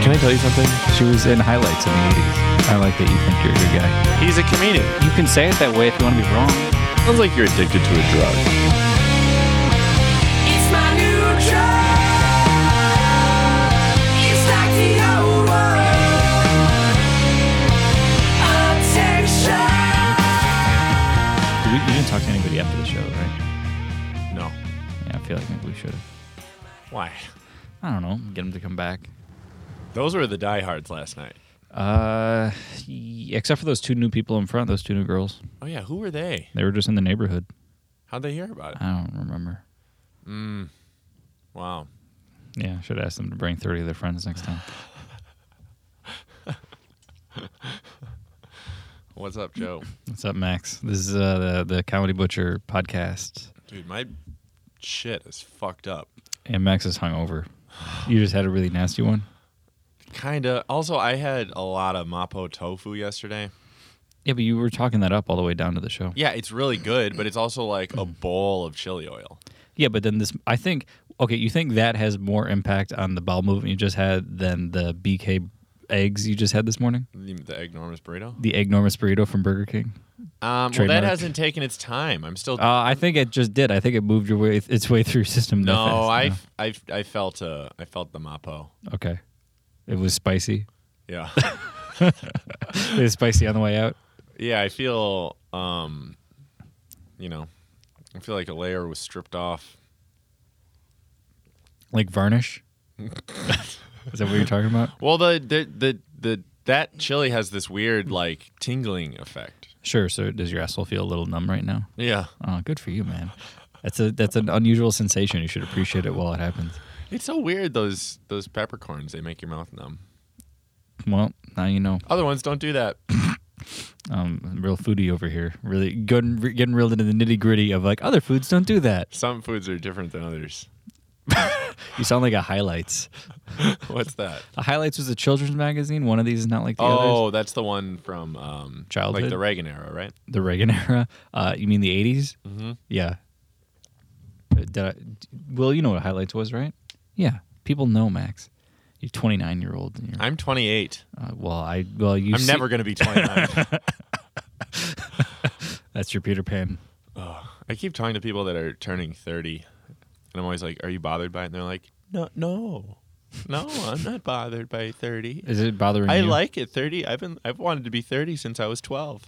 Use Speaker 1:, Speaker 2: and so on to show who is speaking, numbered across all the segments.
Speaker 1: Can I tell you something? She was in highlights in the 80s. I like that you think you're a good guy.
Speaker 2: He's a comedian.
Speaker 3: You can say it that way if you want to be wrong.
Speaker 2: Sounds like you're addicted to a drug.
Speaker 4: It's my new drug. It's like the old one. Attention.
Speaker 1: You you didn't talk to anybody after the show, right?
Speaker 2: No.
Speaker 1: Yeah, I feel like maybe we should have.
Speaker 2: Why?
Speaker 1: I don't know. Get him to come back.
Speaker 2: Those were the diehards last night.
Speaker 1: Uh, y- except for those two new people in front, those two new girls.
Speaker 2: Oh yeah, who were they?
Speaker 1: They were just in the neighborhood.
Speaker 2: How'd they hear about it?
Speaker 1: I don't remember.
Speaker 2: Wow.
Speaker 1: Yeah, I should ask them to bring 30 of their friends next time.
Speaker 2: What's up, Joe?
Speaker 1: What's up, Max? This is uh, the, the Comedy Butcher podcast.
Speaker 2: Dude, my shit is fucked up.
Speaker 1: And Max is hungover. You just had a really nasty one?
Speaker 2: Kinda. Also, I had a lot of mapo tofu yesterday.
Speaker 1: Yeah, but you were talking that up all the way down to the show.
Speaker 2: Yeah, it's really good, but it's also like a bowl of chili oil.
Speaker 1: Yeah, but then this, I think, okay, you think that has more impact on the bowel movement you just had than the BK eggs you just had this morning?
Speaker 2: The, the enormous burrito.
Speaker 1: The eggnormous burrito from Burger King?
Speaker 2: Um, well, that
Speaker 1: Trademark.
Speaker 2: hasn't taken its time. I'm still.
Speaker 1: Uh, I think it just did. I think it moved your way its way through your system. that
Speaker 2: no,
Speaker 1: fast,
Speaker 2: I,
Speaker 1: you
Speaker 2: I, I felt uh, I felt the mapo.
Speaker 1: know? Okay. It was spicy.
Speaker 2: Yeah,
Speaker 1: It was spicy on the way out.
Speaker 2: yeah. I feel, um, you know, I feel like a layer was stripped off.
Speaker 1: Like varnish? is that what you're talking about?
Speaker 2: Well, the the the, the that chili has this weird like tingling effect.
Speaker 1: Sure. So does your asshole feel a little numb right now?
Speaker 2: Yeah,
Speaker 1: Oh, good for you, man. That's a that's an unusual sensation. You should appreciate it while it happens.
Speaker 2: it's so weird. Those those peppercorns they make your mouth numb.
Speaker 1: Well, now you know.
Speaker 2: Other ones don't do that.
Speaker 1: Um, real foodie over here. Really getting getting reeled into the nitty gritty of like other foods don't do that.
Speaker 2: Some foods are different than others.
Speaker 1: You sound like a highlights.
Speaker 2: What's that?
Speaker 1: A highlights was a children's magazine. One of these is not like the others.
Speaker 2: Oh, that's the one from um,
Speaker 1: Childhood?
Speaker 2: like the Reagan era, right?
Speaker 1: The Reagan era. Uh, you mean the 80s Mm-hmm. Yeah. Uh, Did I, d- well, you know what highlights was, right? Yeah. People know Max. You're 29 year old. And you're,
Speaker 2: I'm 28.
Speaker 1: uh, well, I well you.
Speaker 2: I'm
Speaker 1: see-
Speaker 2: never going to be 29.
Speaker 1: That's your Peter Pan.
Speaker 2: I keep talking to people that are turning 30, and I'm always like, "Are you bothered by it?" And they're like, "No, no, no, I'm not bothered by 30.
Speaker 1: Is it bothering
Speaker 2: I
Speaker 1: you?
Speaker 2: like it. 30. I've been I've wanted to be 30 since I was 12.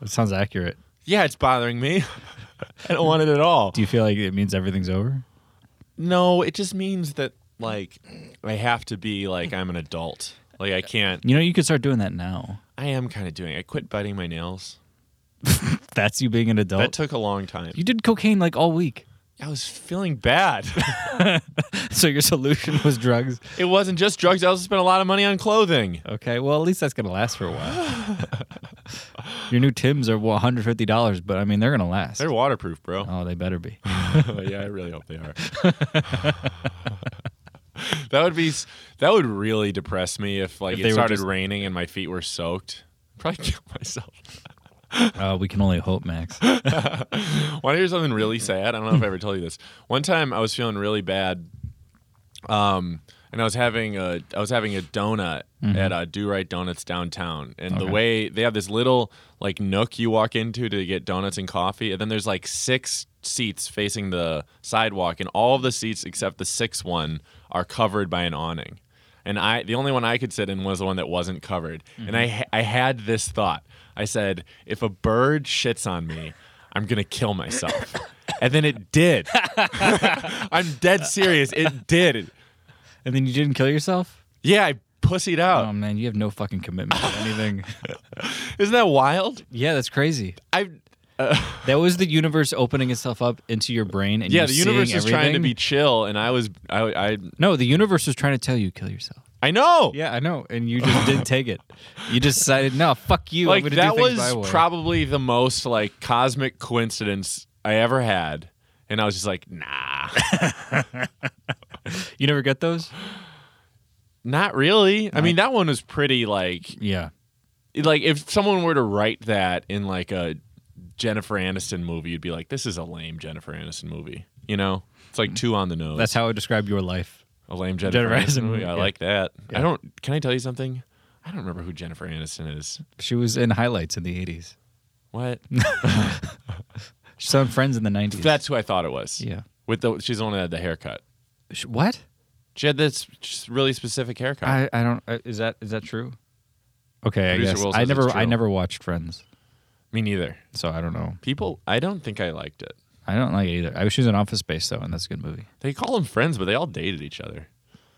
Speaker 1: It sounds accurate.
Speaker 2: Yeah, it's bothering me. I don't want it at all.
Speaker 1: Do you feel like it means everything's over?
Speaker 2: No, it just means that like I have to be like I'm an adult. Like I can't.
Speaker 1: You know, you could start doing that now.
Speaker 2: I am kind of doing. I quit biting my nails.
Speaker 1: That's you being an adult.
Speaker 2: That took a long time.
Speaker 1: you did cocaine like all week.
Speaker 2: I was feeling bad.
Speaker 1: So your solution was drugs.
Speaker 2: it wasn't just drugs. I also spent a lot of money on clothing.
Speaker 1: Okay, well, at least that's going to last for a while. your new Tims are $150, but I mean, they're going to last.
Speaker 2: They're waterproof, bro.
Speaker 1: oh, they better be.
Speaker 2: yeah, I really hope they are. that would be s- that would really depress me if like
Speaker 1: If
Speaker 2: it
Speaker 1: they were
Speaker 2: started
Speaker 1: just-
Speaker 2: raining and my feet were soaked. Probably kill myself.
Speaker 1: Uh, we can only hope, Max.
Speaker 2: Want to hear something really sad? I don't know if I ever told you this. One time I was feeling really bad, um, and I was having a I was having a donut at uh, Do Right Donuts downtown, and the
Speaker 1: Okay.
Speaker 2: way they have this little like nook you walk into to get donuts and coffee, and then there's like six seats facing the sidewalk, and all of the seats except the sixth one are covered by an awning. And I, the only one I could sit in was the one that wasn't covered. And I, ha- I had this thought. I said, if a bird shits on me, I'm gonna kill myself. and then it did. I'm dead serious. It did.
Speaker 1: And then you didn't kill yourself?
Speaker 2: Yeah, I pussied
Speaker 1: Oh,
Speaker 2: out.
Speaker 1: man, you have no fucking commitment to anything. Oh.
Speaker 2: Isn't that wild?
Speaker 1: yeah, that's crazy.
Speaker 2: I
Speaker 1: That was the universe opening itself up into your brain. And
Speaker 2: yeah,
Speaker 1: you
Speaker 2: the universe
Speaker 1: seeing
Speaker 2: is trying to
Speaker 1: everything.
Speaker 2: be chill, and I was I I
Speaker 1: No, the universe was trying to tell you kill yourself.
Speaker 2: I know.
Speaker 1: Yeah, I know, and you just didn't take it. You just decided, no, fuck you. I'm
Speaker 2: like
Speaker 1: gonna
Speaker 2: that
Speaker 1: do things
Speaker 2: was
Speaker 1: my way.
Speaker 2: probably the most like cosmic coincidence I ever had, and I was just like, nah,
Speaker 1: you never get those.
Speaker 2: not really. I mean, that one was pretty like
Speaker 1: Yeah,
Speaker 2: like if someone were to write that in like a Jennifer Aniston movie, you'd be like, this is a lame Jennifer Aniston movie. You know, it's
Speaker 1: Mm.
Speaker 2: like two on the nose.
Speaker 1: That's how I describe your life.
Speaker 2: a lame Jennifer,
Speaker 1: Jennifer
Speaker 2: Aniston
Speaker 1: Aniston
Speaker 2: movie.
Speaker 1: movie,
Speaker 2: I
Speaker 1: yeah.
Speaker 2: like that. I
Speaker 1: Yeah.
Speaker 2: don't. Can I tell you something? I don't remember who Jennifer Aniston is.
Speaker 1: She was in highlights in the 80s.
Speaker 2: What?
Speaker 1: She's on Friends in the 90s.
Speaker 2: That's who I thought it was.
Speaker 1: yeah.
Speaker 2: With the she's the one that had the haircut.
Speaker 1: Sh- What?
Speaker 2: She had this just really specific haircut.
Speaker 1: I, I don't. uh, Is that is that true? Okay, I
Speaker 2: Producer
Speaker 1: guess
Speaker 2: Will
Speaker 1: I
Speaker 2: says
Speaker 1: never
Speaker 2: it's
Speaker 1: I
Speaker 2: true.
Speaker 1: never watched Friends,
Speaker 2: Me neither.
Speaker 1: so I don't know.
Speaker 2: People, I don't think I liked it.
Speaker 1: I don't like it either. I wish she was in Office Space though, and that's a good movie.
Speaker 2: They call them friends, but they all dated each other.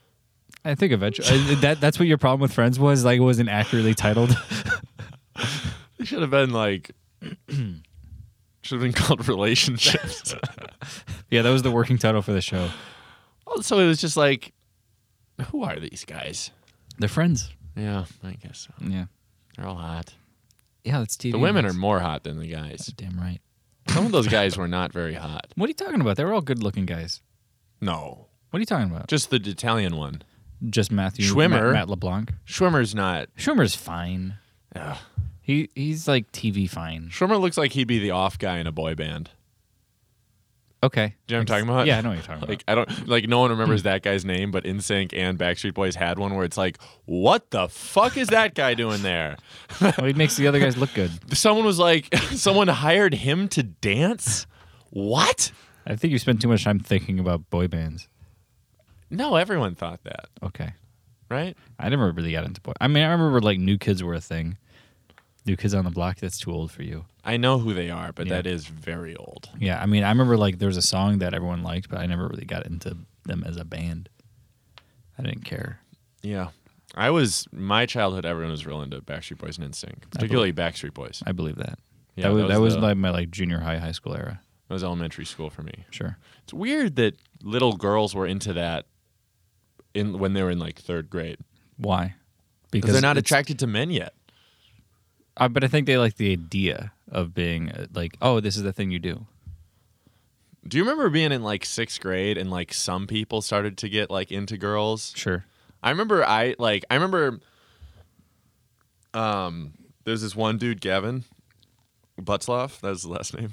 Speaker 1: I think eventually uh, that that's what your problem with Friends was like it wasn't accurately titled.
Speaker 2: They should have been like, should have been called relationships.
Speaker 1: yeah, that was the working title for the show.
Speaker 2: also, it was just like, who are these guys?
Speaker 1: They're friends.
Speaker 2: Yeah, I guess so.
Speaker 1: Yeah.
Speaker 2: They're all hot.
Speaker 1: Yeah, that's TV.
Speaker 2: The women are
Speaker 1: That's
Speaker 2: more hot than the guys.
Speaker 1: damn right.
Speaker 2: Some of those guys were not very hot.
Speaker 1: What are you talking about? They were all good-looking guys.
Speaker 2: No,
Speaker 1: What are you talking about?
Speaker 2: just the Italian one.
Speaker 1: Just Matthew
Speaker 2: Schwimmer.
Speaker 1: Matt, Matt LeBlanc.
Speaker 2: Schwimmer's not.
Speaker 1: Schumer's fine.
Speaker 2: Ugh.
Speaker 1: He he's like TV fine.
Speaker 2: Schwimmer looks like he'd be the off guy in a boy band.
Speaker 1: Okay.
Speaker 2: Do you know what I'm talking about?
Speaker 1: Yeah, I know what you're talking
Speaker 2: Like I don't like no one remembers that guy's name, but InSync and Backstreet Boys had one where it's like, what the fuck is that guy doing there?
Speaker 1: about. Well, he makes the other guys look good.
Speaker 2: Someone was like, someone hired him to dance. What?
Speaker 1: I think you spend too much time thinking about boy bands.
Speaker 2: No, everyone thought that,
Speaker 1: Okay.
Speaker 2: right?
Speaker 1: I never really got into boy. I mean, I remember like New Kids were a thing. New Kids on the Block. That's too old for you.
Speaker 2: I know who they are, but
Speaker 1: Yeah.
Speaker 2: that is very old.
Speaker 1: Yeah, I mean, I remember like there was a song that everyone liked, but I never really got into them as a band. I didn't care.
Speaker 2: Yeah. I was my childhood. Everyone was real into Backstreet Boys and NSYNC, particularly Backstreet Boys.
Speaker 1: I believe that.
Speaker 2: Yeah,
Speaker 1: that was,
Speaker 2: that
Speaker 1: that was,
Speaker 2: was the-
Speaker 1: like my like junior high, high school era.
Speaker 2: That was elementary school for me.
Speaker 1: Sure.
Speaker 2: It's weird that little girls were into that in when they were in like third grade
Speaker 1: Why?
Speaker 2: because they're not
Speaker 1: it's-
Speaker 2: attracted to men yet.
Speaker 1: I, but I think they like the idea of being uh, like, oh, this is the thing you do.
Speaker 2: Do you remember being in like sixth grade and like some people started to get like into girls?
Speaker 1: Sure.
Speaker 2: I remember I like I remember um there's this one dude, Gavin Butzloff, that was the last name.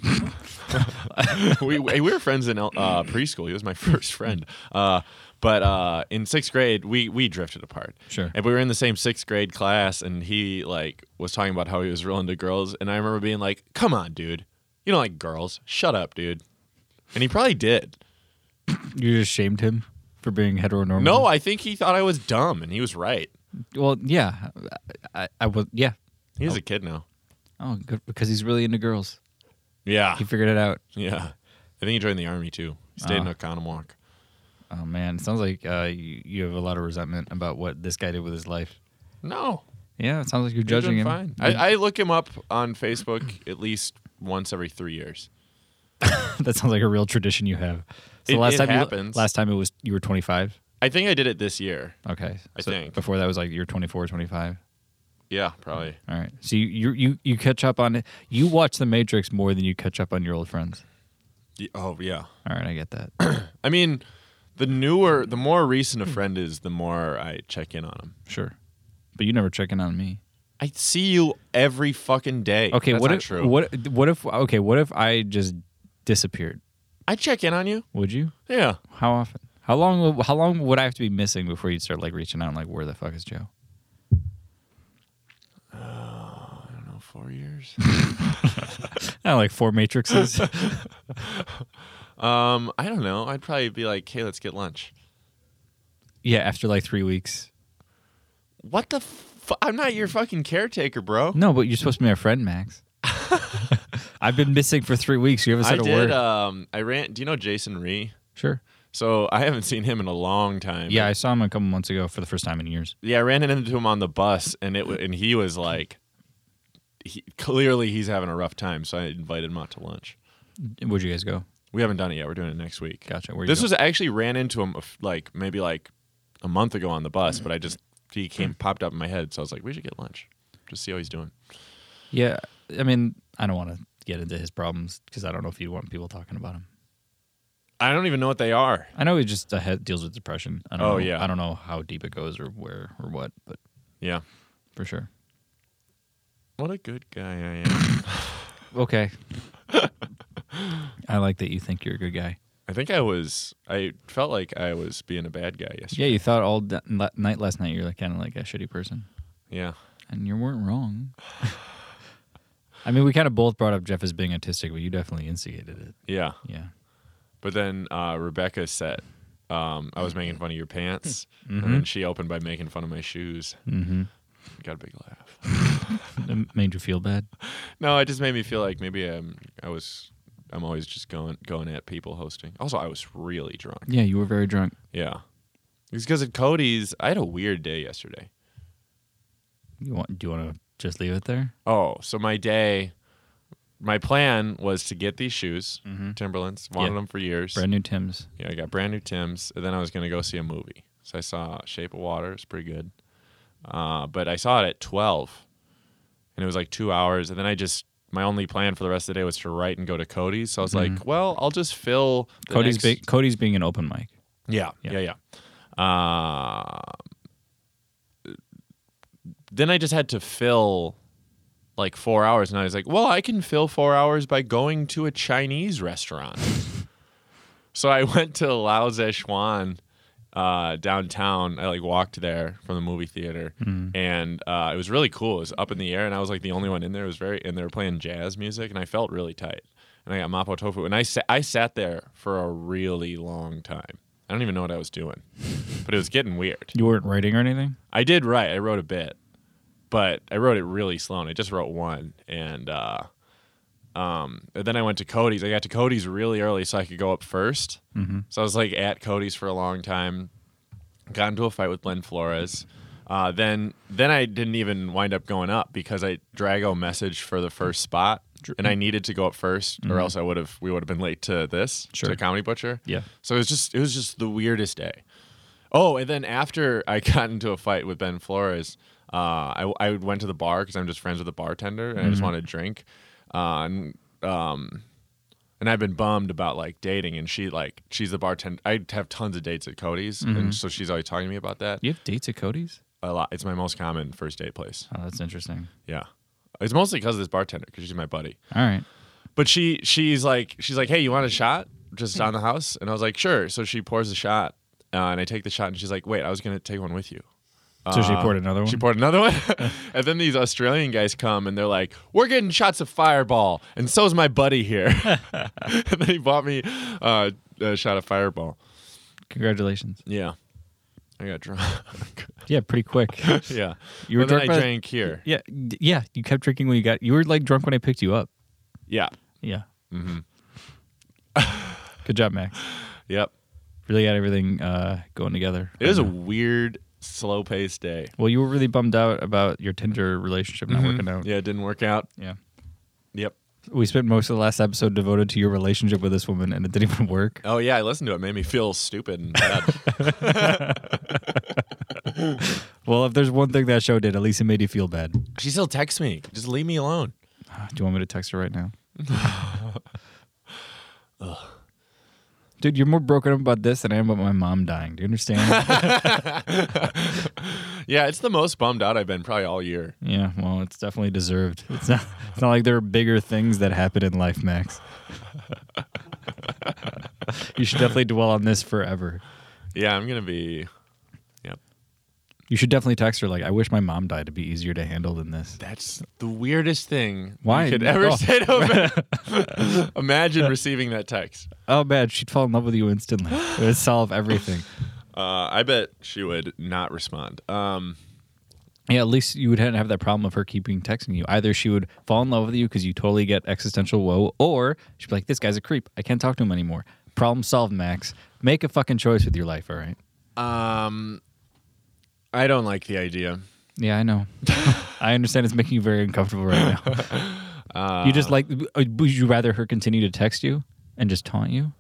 Speaker 2: we we were friends in uh, preschool. He was my first friend. Uh but uh, in sixth grade, we, we drifted apart.
Speaker 1: Sure.
Speaker 2: And we were in the same sixth grade class, and he like was talking about how he was real into girls, and I remember being like, "Come on, dude, you don't like girls? Shut up, dude." And he probably did.
Speaker 1: You just shamed him for being heteronormative.
Speaker 2: No, I think he thought I was dumb, and he was right.
Speaker 1: well, yeah, I, I was. Yeah.
Speaker 2: He's a kid now.
Speaker 1: Oh, good because he's really into girls.
Speaker 2: Yeah.
Speaker 1: He figured it out.
Speaker 2: Yeah. I think he joined the army too. He stayed in Oconomowoc.
Speaker 1: Oh man, sounds like uh, you, you have a lot of resentment about what this guy did with his life.
Speaker 2: No.
Speaker 1: Yeah, it sounds like you're
Speaker 2: he's
Speaker 1: judging
Speaker 2: doing
Speaker 1: him.
Speaker 2: Fine.
Speaker 1: Yeah.
Speaker 2: I, I look him up on Facebook at least once every three years.
Speaker 1: that sounds like a real tradition you have. So
Speaker 2: It-
Speaker 1: last
Speaker 2: it
Speaker 1: time
Speaker 2: happens.
Speaker 1: You, last time it was you were 25.
Speaker 2: I think I did it this year.
Speaker 1: Okay.
Speaker 2: I
Speaker 1: So
Speaker 2: think.
Speaker 1: before that was like you're 24, 25.
Speaker 2: Yeah, probably.
Speaker 1: All right. So you you you, you catch up on it. You watch The Matrix more than you catch up on your old friends.
Speaker 2: Y- Oh, yeah.
Speaker 1: All right, I get that.
Speaker 2: I mean, the newer, the more recent a friend is, the more I check in on him.
Speaker 1: sure. But you never check in on me.
Speaker 2: I see you every fucking day.
Speaker 1: Okay,
Speaker 2: That's
Speaker 1: what
Speaker 2: not
Speaker 1: if
Speaker 2: true.
Speaker 1: what what if okay, what if I just disappeared?
Speaker 2: I check in on you.
Speaker 1: Would you?
Speaker 2: Yeah.
Speaker 1: How often? How long? How long would I have to be missing before you'd start like reaching out and like, where the fuck is Joe?
Speaker 2: I don't know, four years.
Speaker 1: Oh, like four matrices.
Speaker 2: um, I don't know. I'd probably be like, hey, let's get lunch.
Speaker 1: yeah, after like three weeks.
Speaker 2: What the? F- I'm not your fucking caretaker, bro.
Speaker 1: No, but you're supposed to be my friend, Max. I've been missing for three weeks. You haven't
Speaker 2: I
Speaker 1: said a
Speaker 2: did.
Speaker 1: word.
Speaker 2: Um, I ran. Do you know Jason Ree?
Speaker 1: sure.
Speaker 2: So I haven't seen him in a long time.
Speaker 1: Yeah, I saw him a couple months ago for the first time in years.
Speaker 2: yeah. I ran into him on the bus, and it wa- and he was like, he, clearly he's having a rough time. So I invited him out to lunch.
Speaker 1: Where'd you guys go?
Speaker 2: We haven't done it yet. We're doing it next week.
Speaker 1: Gotcha. Where you
Speaker 2: This
Speaker 1: go?
Speaker 2: was I actually ran into him a f- like maybe like a month ago on the bus,
Speaker 1: Mm.
Speaker 2: but I just he came popped up in my head, so I was like, we should get lunch, just see how he's doing.
Speaker 1: yeah. I mean, I don't want to get into his problems because I don't know if you want people talking about him.
Speaker 2: I don't even know what they are.
Speaker 1: I know he just uh, ha- deals with depression. I don't
Speaker 2: Oh,
Speaker 1: know,
Speaker 2: yeah.
Speaker 1: I don't know how deep it goes or where or what, but
Speaker 2: Yeah.
Speaker 1: for sure.
Speaker 2: What a good guy I am.
Speaker 1: okay. I like that you think you're a good guy.
Speaker 2: I think I was. I felt like I was being a bad guy
Speaker 1: Yeah,
Speaker 2: yesterday.
Speaker 1: you thought all da- la- night last night you're like kind of like a shitty person,
Speaker 2: Yeah.
Speaker 1: and you weren't wrong. I mean, we kind of both brought up Jeff as being autistic, but you definitely instigated it.
Speaker 2: Yeah.
Speaker 1: Yeah.
Speaker 2: But then uh, Rebecca said, um, "I was making fun of your pants," and then she opened by making fun of my shoes.
Speaker 1: Mm-hmm.
Speaker 2: Got a big laugh.
Speaker 1: It made you feel bad.
Speaker 2: No, it just made me feel like maybe I'm. I was. I'm always just going going at people hosting. Also, I was really drunk.
Speaker 1: Yeah, you were very drunk.
Speaker 2: Yeah. It's because at Cody's. I had a weird day yesterday.
Speaker 1: You want? Do you want to just leave it there?
Speaker 2: Oh, so my day. My plan was to get these shoes, Timberlands. Wanted
Speaker 1: Mm-hmm. Yeah.
Speaker 2: them for years.
Speaker 1: Brand new Tim's.
Speaker 2: Yeah, I got brand new Tim's, and then I was gonna go see a movie. So I saw Shape of Water. It's pretty good. Uh, but I saw it at twelve, and it was like two hours. And then I just my only plan for the rest of the day was to write and go to Cody's. So I was like, well, I'll just fill the
Speaker 1: Cody's
Speaker 2: next-
Speaker 1: big, Cody's being an open mic.
Speaker 2: Yeah, yeah,
Speaker 1: Yeah.
Speaker 2: yeah. Uh, then I just had to fill like four hours, and I was like, well, I can fill four hours by going to a Chinese restaurant. so I went to Lao Zhechuan uh, downtown. I like walked there from the movie theater, and uh, it was really cool. It was up in the air, and I was like the only one in there. It was very, and they were playing jazz music, and I felt really tight. And I got mapo tofu, and I sa- I sat there for a really long time. I don't even know what I was doing, but it was getting weird.
Speaker 1: You weren't writing or anything.
Speaker 2: I did write. I wrote a bit, but I wrote it really slow. And I just wrote one, and uh, um, and then I went to Cody's. I got to Cody's really early so I could go up 1st
Speaker 1: Mm-hmm.
Speaker 2: So I was like at Cody's for a long time. Got into a fight with Len Flores. Uh, then then I didn't even wind up going up because I Drago messaged for the first spot, and I needed to go up 1st or else I would have we would have been late to this
Speaker 1: Mm-hmm. Sure.
Speaker 2: to Comedy Butcher.
Speaker 1: Yeah.
Speaker 2: So it was just it was just the weirdest day. Oh, and then after I got into a fight with Ben Flores, uh, I, I went to the bar because I'm just friends with the bartender and I just wanted a drink. Uh, and um, and I've been bummed about like dating, and she like she's the bartender. I have tons of dates at Cody's, and so she's always talking to me about that
Speaker 1: You have dates at Cody's.
Speaker 2: a lot. It's my most common first date place.
Speaker 1: Oh, that's interesting.
Speaker 2: Yeah, it's mostly because of this bartender because she's my buddy.
Speaker 1: All right.
Speaker 2: But she she's like she's like, hey, you want a shot just on the house? And I was like, sure. So she pours a shot, uh, and I take the shot, and she's like, wait, I was gonna take one with you.
Speaker 1: So
Speaker 2: Uh,
Speaker 1: she poured another one. Uh.
Speaker 2: She poured another one, and then these Australian guys come and they're like, "We're getting shots of Fireball," and so's my buddy here. and then he bought me uh, a shot of Fireball.
Speaker 1: Congratulations.
Speaker 2: Yeah, I got drunk.
Speaker 1: Yeah, pretty quick.
Speaker 2: yeah,
Speaker 1: You were
Speaker 2: But then
Speaker 1: drunk
Speaker 2: I
Speaker 1: by-
Speaker 2: drank here.
Speaker 1: yeah, d- yeah. You kept drinking when you got. You were like drunk when I picked you up.
Speaker 2: Yeah.
Speaker 1: Yeah. Mm-hmm. Good job, Max.
Speaker 2: Yep.
Speaker 1: Really got everything uh, going together.
Speaker 2: It was a weird, slow-paced day.
Speaker 1: Well, you were really bummed out about your Tinder relationship not working out.
Speaker 2: Mm-hmm. Yeah, it didn't work out.
Speaker 1: Yeah.
Speaker 2: Yep.
Speaker 1: We spent most of the last episode devoted to your relationship with this woman, and it didn't even work.
Speaker 2: Oh yeah, I listened to it. it made me feel stupid and bad.
Speaker 1: Well, if there's one thing that show did, at least it made you feel bad.
Speaker 2: she still texts me. Just leave me alone.
Speaker 1: Ah, Do you want me to text her right now? Dude, you're more broken up about this than I am about my mom dying. Do you understand?
Speaker 2: Yeah, it's the most bummed out I've been probably all year.
Speaker 1: yeah, well, it's definitely deserved. It's not. It's not like there are bigger things that happen in life, Max. you should definitely dwell on this forever.
Speaker 2: Yeah, I'm gonna be. Yep.
Speaker 1: You should definitely text her like, "I wish my mom died." to be easier to handle than this.
Speaker 2: That's the weirdest thing
Speaker 1: Why?
Speaker 2: you could ever
Speaker 1: Oh.
Speaker 2: say to a man. Imagine receiving that text.
Speaker 1: Oh man, she'd fall in love with you instantly. It would solve everything.
Speaker 2: Uh, I bet she would not respond. Um,
Speaker 1: Yeah, at least you would not have that problem of her keeping texting you. Either she would fall in love with you because you totally get existential woe, or she'd be like, "This guy's a creep. I can't talk to him anymore." Problem solved, Max. Make a fucking choice with your life. All right.
Speaker 2: I don't like the idea.
Speaker 1: Yeah, I know. I understand it's making you very uncomfortable right now. you just like, uh, would you rather her continue to text you and just taunt you?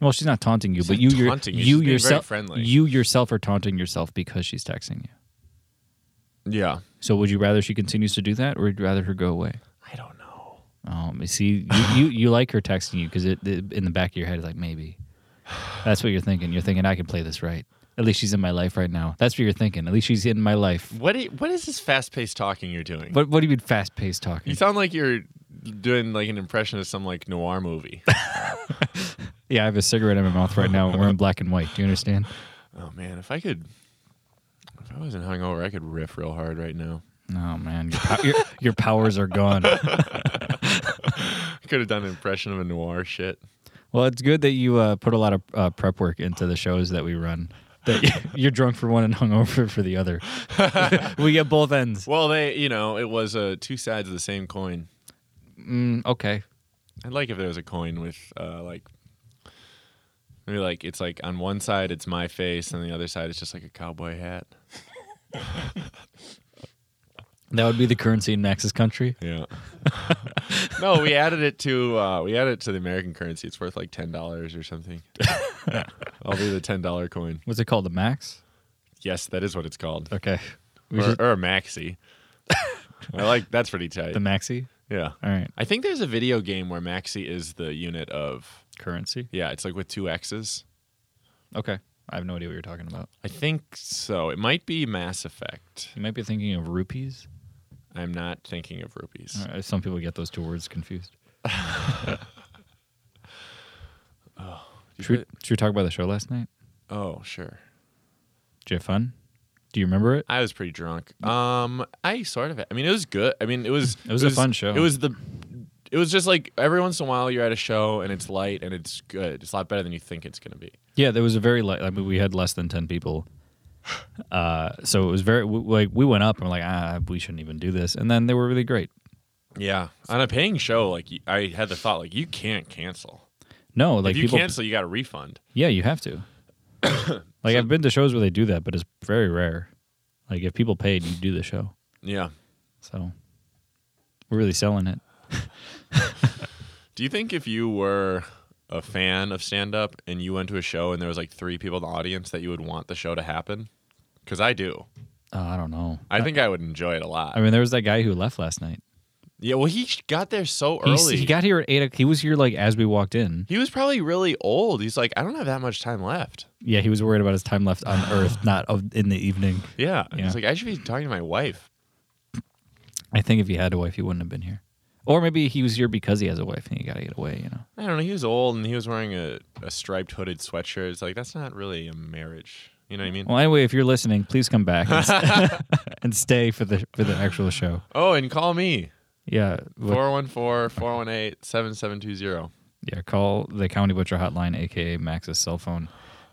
Speaker 1: Well, she's not taunting you, but
Speaker 2: not
Speaker 1: you, your-
Speaker 2: taunting you. She's
Speaker 1: you
Speaker 2: being very
Speaker 1: yourself,
Speaker 2: friendly.
Speaker 1: you yourself are taunting yourself because she's texting you.
Speaker 2: Yeah.
Speaker 1: So, would you rather she continues to do that, or would you rather her go away?
Speaker 2: I don't know.
Speaker 1: Um, you see, you, you, you like her texting you because it, it in the back of your head is like maybe. That's what you're thinking. You're thinking I can play this right. At least she's in my life right now. That's what you're thinking. At least she's in my life.
Speaker 2: What, i- what is this fast paced talking you're doing?
Speaker 1: What What do you mean fast paced
Speaker 2: You
Speaker 1: talking?
Speaker 2: sound like you're doing like an impression of some like noir movie.
Speaker 1: Yeah, I have a cigarette in my mouth right now. and We're in black and white. Do you understand?
Speaker 2: oh man, if I could, if I wasn't hungover, I could riff real hard right now.
Speaker 1: Oh man, your, pow- your, your powers are gone.
Speaker 2: I could have done an impression of a noir shit.
Speaker 1: Well, it's good that you uh, put a lot of uh, prep work into the shows that we run. That you're drunk for one and hungover for the other. we get both ends.
Speaker 2: Well, they, you know, it was uh, two sides of the same coin.
Speaker 1: Mm, okay.
Speaker 2: I'd like if there was a coin with uh, like maybe like it's like on one side it's my face and the other side it's just like a cowboy hat.
Speaker 1: That would be the currency in Max's country.
Speaker 2: Yeah. no, we added it to uh, we added it to the American currency. It's worth like ten dollars or something. I'll be the ten dollar coin.
Speaker 1: What's it called? The Max?
Speaker 2: Yes, that is what it's called.
Speaker 1: Okay. We
Speaker 2: Or,
Speaker 1: should-
Speaker 2: or a maxi. I like that's pretty tight.
Speaker 1: the Maxi?
Speaker 2: yeah.
Speaker 1: All right.
Speaker 2: I think there's a video game where maxi is the unit of
Speaker 1: Currency?
Speaker 2: yeah. It's like with two X's.
Speaker 1: Okay. I have no idea what you're talking about.
Speaker 2: I think so. It might be Mass Effect.
Speaker 1: You might be thinking of rupees.
Speaker 2: I'm not thinking of rupees.
Speaker 1: Uh, Some people get those two words confused.
Speaker 2: Oh,
Speaker 1: Should we, should we talk about the show last night?
Speaker 2: Oh, sure.
Speaker 1: Did you have fun? Do you remember it?
Speaker 2: I was pretty drunk. Um, I sort of. I mean, it was good. I mean, it was.
Speaker 1: It was a fun show.
Speaker 2: It was the. It was just like every once in a while you're at a show and it's light and it's good. It's a lot better than you think it's gonna be.
Speaker 1: Yeah, there was a very light. I mean, we had less than ten people, uh, so it was very w- like we went up and we're like, ah, we shouldn't even do this, and then they were really great.
Speaker 2: Yeah, on a paying show, like you- I had the thought, like you can't cancel.
Speaker 1: No, like
Speaker 2: if you
Speaker 1: people,
Speaker 2: cancel, you got a refund.
Speaker 1: yeah, you have to. like I've been to shows where they do that, but it's very rare. Like if people paid, you do the show.
Speaker 2: Yeah.
Speaker 1: So we're really selling it.
Speaker 2: Do you think if you were a fan of stand up and you went to a show and there was like three people in the audience that you would want the show to happen? Because I do.
Speaker 1: Oh, I don't know.
Speaker 2: I think I would enjoy it a lot.
Speaker 1: I mean, there was that guy who left last night.
Speaker 2: Yeah, well, he sh- got there so
Speaker 1: He s-
Speaker 2: early.
Speaker 1: he got here at eight. o- He was here like as we walked in.
Speaker 2: He was probably really old. He's like, I don't have that much time left.
Speaker 1: Yeah, he was worried about his time left on Earth, not of, in the evening.
Speaker 2: Yeah.
Speaker 1: Yeah.
Speaker 2: He's like, I should be talking to my wife.
Speaker 1: I think if he had a wife, he wouldn't have been here. Or maybe he was here because he has a wife and he got to get away, you know.
Speaker 2: I don't know. He was old and he was wearing a, a striped hooded sweatshirt. It's like, that's not really a marriage. You know what I mean?
Speaker 1: Well, anyway, if you're listening, please come back and, s- and stay for the for the actual show.
Speaker 2: Oh, and call me
Speaker 1: Yeah, what-
Speaker 2: 414 418 7720.
Speaker 1: yeah. Call the County Butcher Hotline, aka Max's cell phone.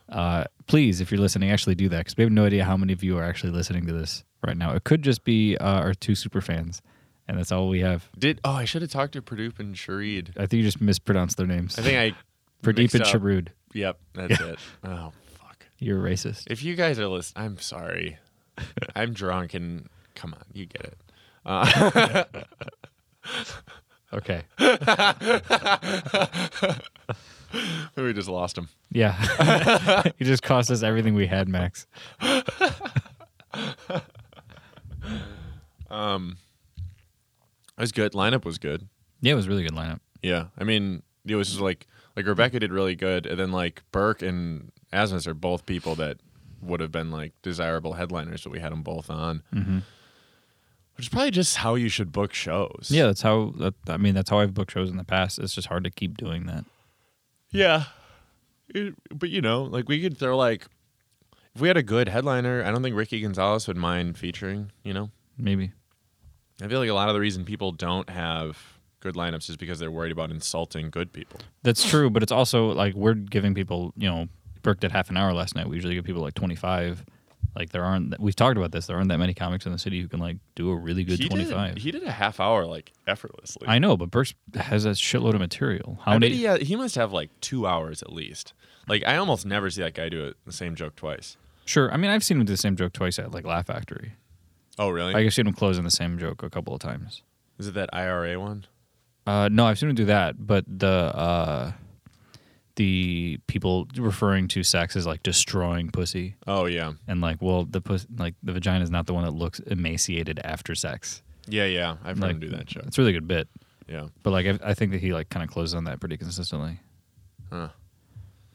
Speaker 1: Uh, please, if you're listening, actually do that because we have no idea how many of you are actually listening to this right now. It could just be uh, our two super fans, and that's all we have.
Speaker 2: Did, oh, I should have talked to Pradeep and Shareed.
Speaker 1: I think you just mispronounced their names.
Speaker 2: I think I,
Speaker 1: Pradeep
Speaker 2: mixed
Speaker 1: and
Speaker 2: up.
Speaker 1: Sharud.
Speaker 2: yep, that's it. Oh, fuck.
Speaker 1: You're racist.
Speaker 2: If you guys are listening, I'm sorry. I'm drunk and come on, you get it. Uh,
Speaker 1: Okay.
Speaker 2: we just lost him.
Speaker 1: Yeah. he just cost us everything we had, Max.
Speaker 2: It was good. Lineup was good.
Speaker 1: Yeah, it was a really good lineup.
Speaker 2: Yeah, I mean, it was just like like Rebecca did really good, and then like Burke and Asmus are both people that would have been like desirable headliners, but we had them both on, mm-hmm. which is probably just how you should book shows.
Speaker 1: Yeah, that's how. That, I mean, that's how I've booked shows in the past. It's just hard to keep doing that.
Speaker 2: yeah. It- but you know, like we could throw like if we had a good headliner, I don't think Ricky Gonzalez would mind featuring. You know,
Speaker 1: Maybe.
Speaker 2: I feel like a lot of the reason people don't have good lineups is because they're worried about insulting good people.
Speaker 1: That's true, but it's also like we're giving people. You know, Burke did half an hour last night. We usually give people like twenty five. Like there aren't. We've talked about this. There aren't that many comics in the city who can like do a really good
Speaker 2: he
Speaker 1: twenty five.
Speaker 2: Did, he did a half hour like effortlessly.
Speaker 1: I know, but Burke has a shitload of material. How
Speaker 2: I bet
Speaker 1: many?
Speaker 2: he, uh, ha- he must have like two hours at least. Like I almost never see that guy do it, the same joke twice.
Speaker 1: Sure. I mean, I've seen him do the same joke twice at like Laugh Factory.
Speaker 2: Oh really?
Speaker 1: Like, I've seen him close on the same joke a couple of times.
Speaker 2: Is it that IRA one?
Speaker 1: Uh, no, I've seen him do that, but the uh, the people referring to sex as like destroying pussy
Speaker 2: Oh yeah,
Speaker 1: and like, well, the pus- like the vagina is not the one that looks emaciated after sex.
Speaker 2: yeah, yeah. I've heard
Speaker 1: Like
Speaker 2: him do that joke.
Speaker 1: It's a really good bit,
Speaker 2: Yeah.
Speaker 1: but like I, I think that he like kind of closes on that pretty consistently.
Speaker 2: Huh.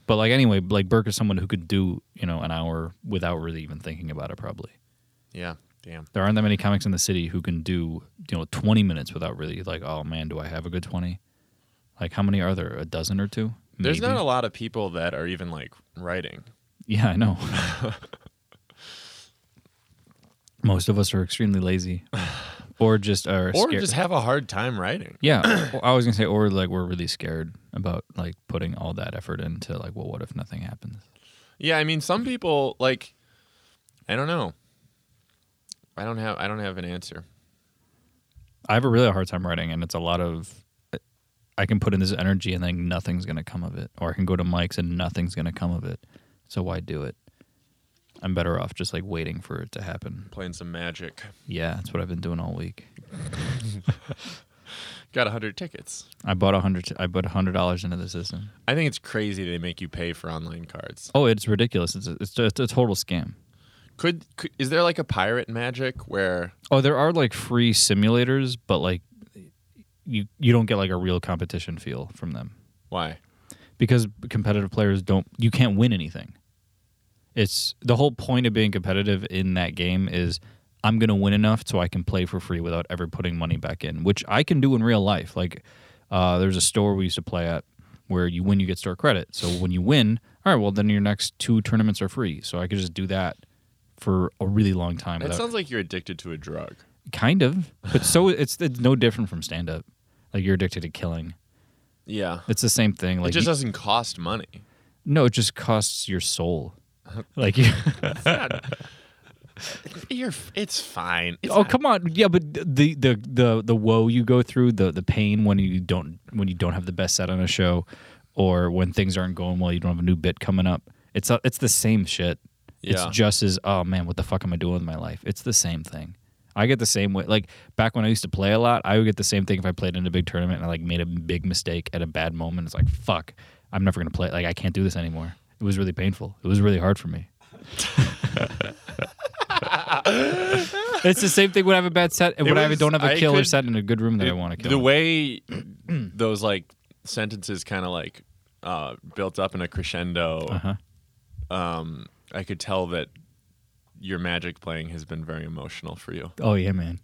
Speaker 1: But like anyway, like Burke is someone who could do you know an hour without really even thinking about it. Probably
Speaker 2: Yeah. Damn.
Speaker 1: there aren't that many comics in the city who can do you know twenty minutes without really like oh man, do I have a good twenty? Like how many are there? A dozen or two?
Speaker 2: There's
Speaker 1: Maybe?
Speaker 2: not a lot of people that are even like writing.
Speaker 1: Yeah, I know. Most of us are extremely lazy, or just are
Speaker 2: Or
Speaker 1: scared.
Speaker 2: just have a hard time writing.
Speaker 1: yeah, or- I was gonna say, or like we're really scared about like putting all that effort into like, well, what if nothing happens?
Speaker 2: Yeah, I mean some people like I don't know. I don't have I don't have an answer.
Speaker 1: I have a really hard time writing, and it's a lot of I can put in this energy, and then nothing's gonna come of it, or I can go to mics and nothing's gonna come of it. So why do it? I'm better off just like waiting for it to happen.
Speaker 2: Playing some magic.
Speaker 1: Yeah, that's what I've been doing all week.
Speaker 2: Got 100 tickets.
Speaker 1: I bought a hundred. I put a hundred dollars into the system.
Speaker 2: I think it's crazy they make you pay for online cards.
Speaker 1: Oh, it's ridiculous. It's a, it's a, it's a total scam.
Speaker 2: Could, could is there like a pirate magic where
Speaker 1: Oh, there are like free simulators, but like you you don't get like a real competition feel from them
Speaker 2: why?
Speaker 1: because competitive players don't you can't win anything. It's the whole point of being competitive in that game is I'm going to win enough so I can play for free without ever putting money back in, which I can do in real life. Like uh, there's a store we used to play at where you win you get store credit. So when you win, all right, well then your next two tournaments are free. So I could just do that for a really long time
Speaker 2: That
Speaker 1: without
Speaker 2: sounds like you're addicted to a drug.
Speaker 1: kind of but so it's it's no different from stand up like you're addicted to killing
Speaker 2: Yeah.
Speaker 1: it's the same thing
Speaker 2: It
Speaker 1: like
Speaker 2: just
Speaker 1: you-
Speaker 2: doesn't cost money.
Speaker 1: no it just costs your soul like you,
Speaker 2: You're it's fine. It's
Speaker 1: oh
Speaker 2: not-
Speaker 1: come on yeah but the the the the woe you go through the the pain when you don't when you don't have the best set on a show or when things aren't going well you don't have a new bit coming up it's a, it's the same shit
Speaker 2: Yeah.
Speaker 1: it's just as oh man what the fuck am i doing with my life it's the same thing i get the same way like back when i used to play a lot i would get the same thing if i played in a big tournament and i like made a big mistake at a bad moment it's like fuck i'm never gonna play like i can't do this anymore it was really painful it was really hard for me it's the same thing when i have a bad set and
Speaker 2: It
Speaker 1: when i
Speaker 2: was-
Speaker 1: don't have a
Speaker 2: I
Speaker 1: killer
Speaker 2: could-
Speaker 1: set in a good room that i want to kill
Speaker 2: the way those like sentences kind of like uh, built up in a crescendo.
Speaker 1: Uh-huh.
Speaker 2: Um, I could tell that your magic playing has been very emotional for you.
Speaker 1: Oh yeah, man.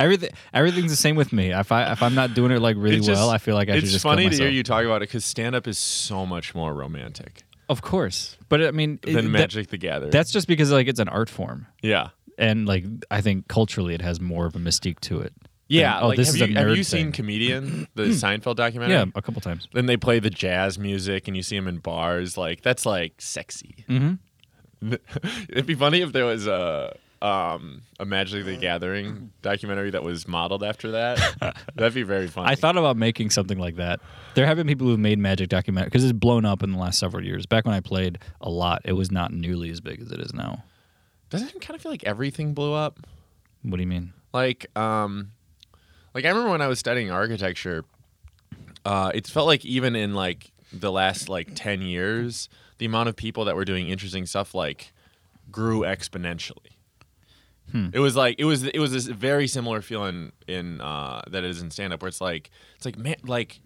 Speaker 1: Everything everything's the same with me. If I if I'm not doing it like really
Speaker 2: It's just-
Speaker 1: well, I feel like I should
Speaker 2: it's
Speaker 1: just kill
Speaker 2: funny to
Speaker 1: myself.
Speaker 2: hear you talk about it because stand up is so much more romantic
Speaker 1: Of course, but I mean, it-
Speaker 2: than
Speaker 1: that-
Speaker 2: Magic the Gathering.
Speaker 1: that's just because like it's an art form,
Speaker 2: yeah,
Speaker 1: and like I think culturally it has more of a mystique to it. Than, oh,
Speaker 2: like,
Speaker 1: this
Speaker 2: have
Speaker 1: is
Speaker 2: you,
Speaker 1: a nerd
Speaker 2: have you seen
Speaker 1: thing.
Speaker 2: Comedian, the Seinfeld documentary?
Speaker 1: yeah, a couple times.
Speaker 2: Then they play the jazz music, and you see them in bars. Like that's like sexy.
Speaker 1: Mm-hmm.
Speaker 2: It'd be funny if there was a um, a Magic the Gathering documentary that was modeled after that. That'd be very funny.
Speaker 1: I thought about making something like that. There have been people who've made magic documentary because it's blown up in the last several years. Back when I played a lot, it was not nearly as big as it is now.
Speaker 2: doesn't it kind of feel like everything blew up?
Speaker 1: What do you mean?
Speaker 2: like um like i remember when i was studying architecture uh it felt like even in like the last like 10 years the amount of people that were doing interesting stuff like grew exponentially it was like it was it was this very similar feeling in uh that it is in stand up where it's like it's like man like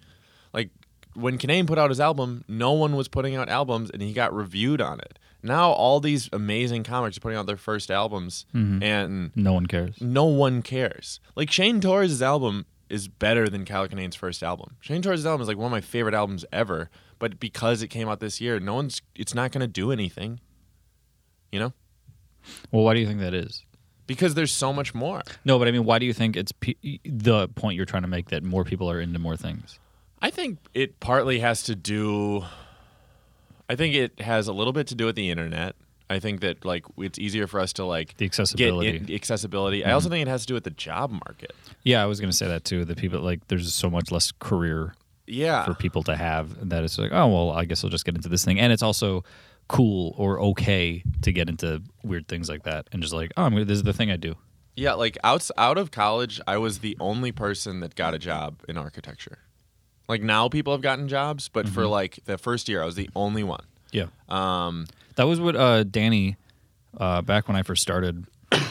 Speaker 2: like when Kaname put out his album, no one was putting out albums and he got reviewed on it. Now all these amazing comics are putting out their first albums and
Speaker 1: No one cares.
Speaker 2: no one cares. Like Shane Torres' album is better than Kyle Kinane's first album. Shane Torres' album is like one of my favorite albums ever, but because it came out this year, no one's it's not gonna do anything. You know?
Speaker 1: Well, why do you think that is?
Speaker 2: Because there's so much more.
Speaker 1: No, but I mean, why do you think it's pe- the point you're trying to make that more people are into more things?
Speaker 2: I think it partly has to do I think it has a little bit to do with the internet. I think that like it's easier for us to like
Speaker 1: The
Speaker 2: get
Speaker 1: accessibility. Mm-hmm.
Speaker 2: in, accessibility. I also think it has to do with the job market.
Speaker 1: yeah, I was going to say that too. That people like there's so much less career
Speaker 2: Yeah.
Speaker 1: for people to have that it's like, oh well, I guess I'll just get into this thing, and it's also cool or okay to get into weird things like that, and just like, oh, I'm gonna, this is the thing I do.
Speaker 2: Yeah, like out out of college, I was the only person that got a job in architecture. Like now, people have gotten jobs, but for like the first year, I was the only one.
Speaker 1: Yeah. Um, that was what uh, Danny, uh, back when I first started,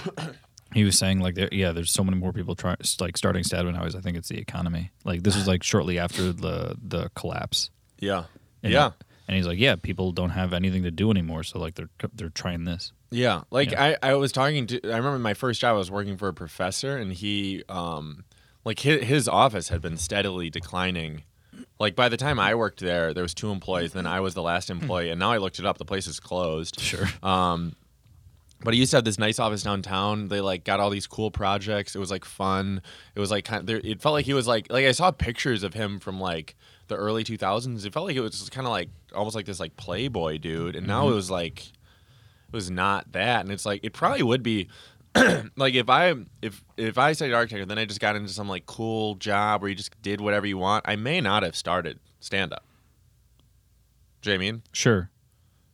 Speaker 1: he was saying like, there, yeah, there's so many more people trying like starting Stadman House. I think it's the economy. Like this was like shortly after the the collapse.
Speaker 2: Yeah,
Speaker 1: And-
Speaker 2: yeah.
Speaker 1: And, And he's like, yeah, people don't have anything to do anymore, so like they're they're trying this.
Speaker 2: Yeah, like
Speaker 1: Yeah.
Speaker 2: I, I was talking to. I remember my first job. I was working for a professor, and he, um, like his, his office had been steadily declining. Like by the time I worked there, there was two employees. Then I was the last employee, and now I looked it up. The place is closed.
Speaker 1: Hmm.
Speaker 2: Um,
Speaker 1: Sure.
Speaker 2: But he used to have this nice office downtown. They like got all these cool projects. It was like fun. It was like kind of, there, it felt like he was like like I saw pictures of him from like the early 2000s. It felt like it was kind of like almost like this like playboy dude.
Speaker 1: Mm-hmm.
Speaker 2: And now it was like it was not that. And it's like it probably would be like if I if if I studied architecture, then I just got into some like cool job where you just did whatever you want. I may not have started stand up. Do you know what I mean?
Speaker 1: sure.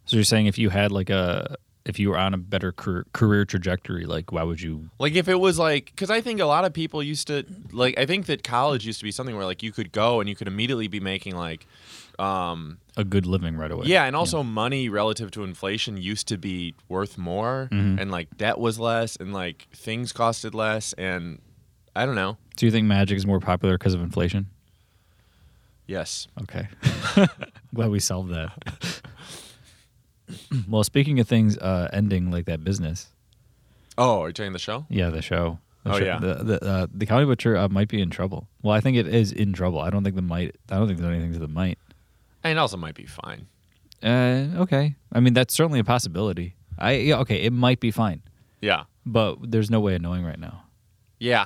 Speaker 1: So you're saying if you had like a if you were on a better career, career trajectory, like why would you?
Speaker 2: Like if it was like, because I think a lot of people used to like. I think that college used to be something where like you could go and you could immediately be making like, um,
Speaker 1: A good living right away.
Speaker 2: yeah, and also money relative to inflation used to be worth more, and like debt was less, and like things costed less, and I don't know.
Speaker 1: Do you think magic is more popular because of inflation?
Speaker 2: Yes,
Speaker 1: Okay. Glad we solved that. well, speaking of things uh, ending like that business,
Speaker 2: Oh, are you taking the show?
Speaker 1: yeah, the show. The
Speaker 2: Oh,
Speaker 1: show-
Speaker 2: yeah.
Speaker 1: the the, uh, the county butcher uh, might be in trouble. Well, I think it is in trouble. I don't think the might. I don't think there's anything to the might.
Speaker 2: And also might be fine.
Speaker 1: Uh, okay. I mean, that's certainly a possibility. I yeah, okay. It might be fine,
Speaker 2: Yeah,
Speaker 1: but there's no way of knowing right now.
Speaker 2: yeah,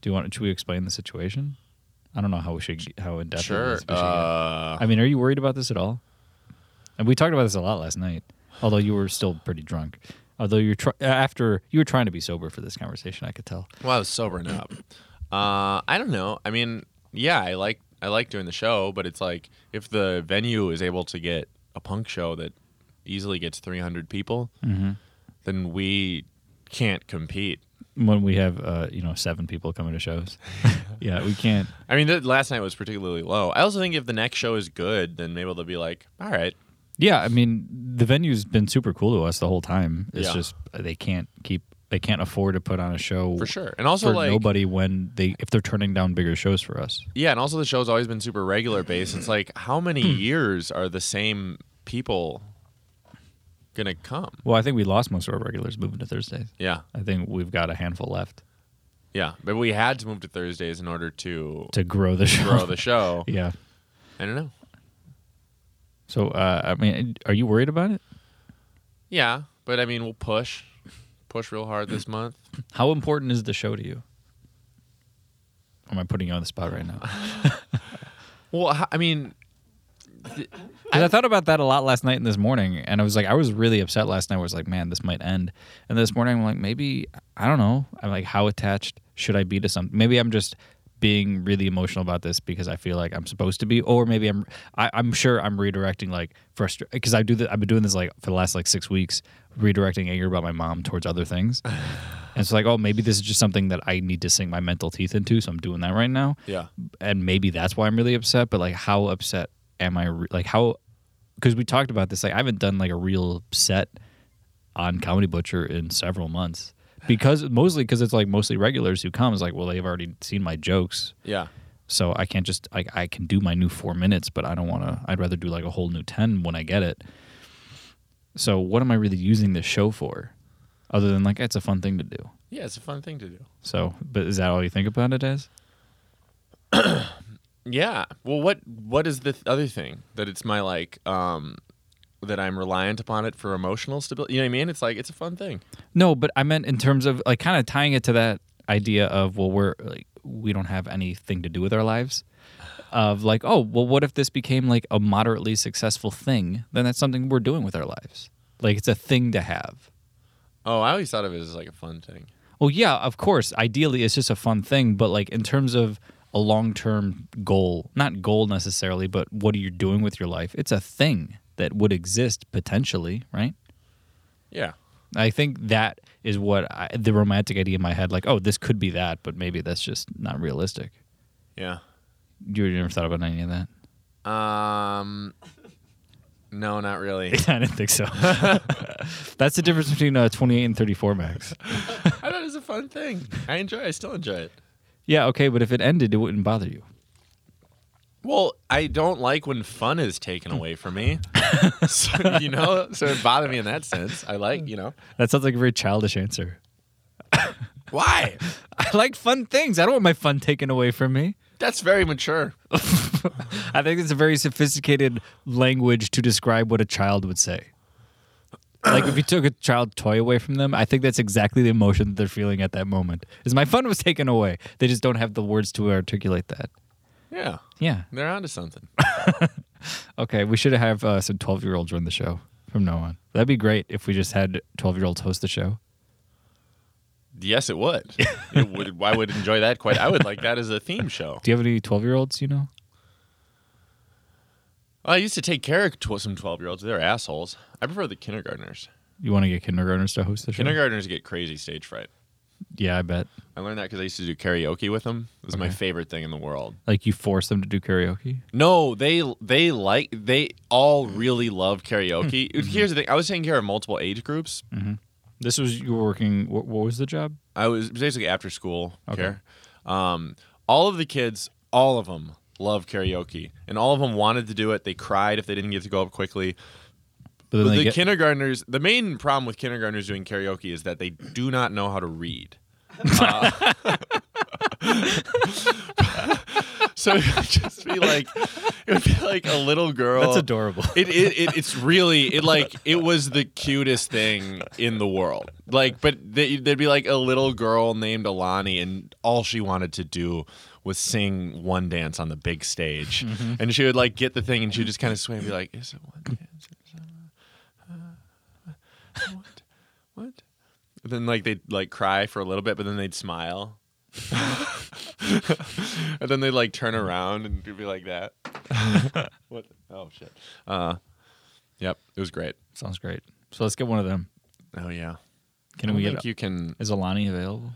Speaker 1: Do you want? Should we explain the situation? I don't know how we should how in depth.
Speaker 2: sure.
Speaker 1: We should get.
Speaker 2: Uh,
Speaker 1: I mean, are you worried about this at all? And we talked about this a lot last night, although you were still pretty drunk. Although you're tr- after you were trying to be sober for this conversation, I could tell.
Speaker 2: Well, I was sobering up. Uh, I don't know. I mean, yeah, I like I like doing the show, but it's like if the venue is able to get a punk show that easily gets 300 people,
Speaker 1: Mm-hmm.
Speaker 2: then we can't compete.
Speaker 1: When we have uh, you know seven people coming to shows, yeah, we can't.
Speaker 2: I mean, the last night was particularly low. I also think if the next show is good, then maybe they'll be like, all right,
Speaker 1: Yeah, I mean the venue's been super cool to us the whole time. It's
Speaker 2: Yeah.
Speaker 1: just uh, they can't keep they can't afford to put on a show
Speaker 2: for sure. And also
Speaker 1: for
Speaker 2: like
Speaker 1: nobody when they if they're turning down bigger shows for us.
Speaker 2: Yeah, and also the show's always been super regular based. It's like how many years are the same people gonna come?
Speaker 1: Well, I think we lost most of our regulars moving to Thursdays.
Speaker 2: Yeah.
Speaker 1: I think we've got a handful left
Speaker 2: Yeah, but we had to move to Thursdays in order to
Speaker 1: to grow the show.
Speaker 2: grow the show.
Speaker 1: yeah.
Speaker 2: I don't know.
Speaker 1: So uh, I mean, are you worried about it?
Speaker 2: Yeah, but I mean, we'll push, push real hard this month.
Speaker 1: How important is the show to you? Am I putting you on the spot right now?
Speaker 2: Well, h- I mean,
Speaker 1: 'Cause I thought about that a lot last night and this morning, and I was like, I was really upset last night. I was like, man, this might end. And this morning, I'm like, maybe I don't know. I'm like, how attached should I be to something? Maybe I'm just being really emotional about this because I feel like I'm supposed to be, or maybe I'm. I, I'm sure I'm redirecting like frustration because I do that. I've been doing this like for the last like six weeks, redirecting anger about my mom towards other things. And it's like, oh, maybe this is just something that I need to sink my mental teeth into. So I'm doing that right now.
Speaker 2: Yeah.
Speaker 1: And maybe that's why I'm really upset. But like, how upset am I? Re- like, how, because we talked about this, like, I haven't done like a real set on Comedy Butcher in several months because mostly because it's like mostly regulars who come. It's like, well, they've already seen my jokes.
Speaker 2: yeah,
Speaker 1: So I can't just, like, I can do my new four minutes, but I don't want to, I'd rather do like a whole new 10 when I get it. So what am I really using this show for other than like, it's a fun thing to do?
Speaker 2: yeah, it's a fun thing to do.
Speaker 1: So, but is that all you think about it as?
Speaker 2: Yeah. Well, what what is the th- other thing that it's my like um that I'm reliant upon it for emotional stability? You know what I mean? It's like it's a fun thing.
Speaker 1: No, but I meant in terms of like kind of tying it to that idea of well, we're like we don't have anything to do with our lives. Of like, oh, well, what if this became like a moderately successful thing? Then that's something we're doing with our lives. Like it's a thing to have.
Speaker 2: Oh, I always thought of it as like a fun thing.
Speaker 1: Well, yeah, of course. Ideally, it's just a fun thing, but like in terms of a long term goal, not goal necessarily, but what are you doing with your life? It's a thing that would exist potentially, right?
Speaker 2: Yeah.
Speaker 1: I think that is what I, the romantic idea in my head, like, oh, this could be that, but maybe that's just not realistic.
Speaker 2: Yeah.
Speaker 1: You never thought about any of that?
Speaker 2: Um. No, not really.
Speaker 1: I didn't think so. that's the difference between uh, 28 and 34, Max.
Speaker 2: I thought it was a fun thing. I enjoy. I still enjoy it.
Speaker 1: Yeah, okay, but if it ended, it wouldn't bother you.
Speaker 2: Well, I don't like when fun is taken away from me. so, you know, so it bothered me in that sense. I like, you know,
Speaker 1: That sounds like a very childish answer.
Speaker 2: why?
Speaker 1: I like fun things. I don't want my fun taken away from me.
Speaker 2: That's very mature.
Speaker 1: I think it's a very sophisticated language to describe what a child would say. Like if you took a child toy away from them, I think that's exactly the emotion that they're feeling at that moment. Is my fun was taken away. They just don't have the words to articulate that.
Speaker 2: Yeah,
Speaker 1: Yeah.
Speaker 2: they're onto something.
Speaker 1: Okay. We should have uh, some twelve year olds run the show from now on. That'd be great if we just had twelve year olds host the show.
Speaker 2: Yes, it would. It would. I would enjoy that quite. I would like that as a theme show.
Speaker 1: Do you have any twelve year olds? You know.
Speaker 2: Well, I used to take care of tw- some twelve-year-olds. They're assholes. I prefer the kindergartners.
Speaker 1: You want to get kindergartners to host the show?
Speaker 2: Kindergartners get crazy stage fright.
Speaker 1: yeah, I bet.
Speaker 2: I learned that because I used to do karaoke with them. It was my favorite thing in the world.
Speaker 1: Like you force them to do karaoke.
Speaker 2: No, they they like they all really love karaoke. Here's the thing: I was taking care of multiple age groups.
Speaker 1: This was you were working. What, what was the job?
Speaker 2: I was basically after school care. Um, all of the kids, all of them love karaoke, and all of them wanted to do it. They cried if they didn't get to go up quickly.
Speaker 1: But then
Speaker 2: But
Speaker 1: they
Speaker 2: the
Speaker 1: get-
Speaker 2: kindergartners, the main problem with kindergartners doing karaoke is that they do not know how to read. Uh, so it would just be like, it would be like a little girl.
Speaker 1: That's adorable.
Speaker 2: It, it, it it's really it like it was the cutest thing in the world. Like, but they, there'd be like a little girl named Alani, and all she wanted to do was sing one dance on the big stage, and she would like get the thing, and she would just kind of sway and be like, "Is it one dance? Is it uh, uh, what? What?" And then like they'd like cry for a little bit, but then they'd smile. and then they'd like turn around and it'd be like that. what? Oh shit. Uh, yep. It was great.
Speaker 1: Sounds great. So let's get one of them.
Speaker 2: Oh yeah.
Speaker 1: Can
Speaker 2: I
Speaker 1: we
Speaker 2: think
Speaker 1: get?
Speaker 2: Oh, you can.
Speaker 1: is Alani available?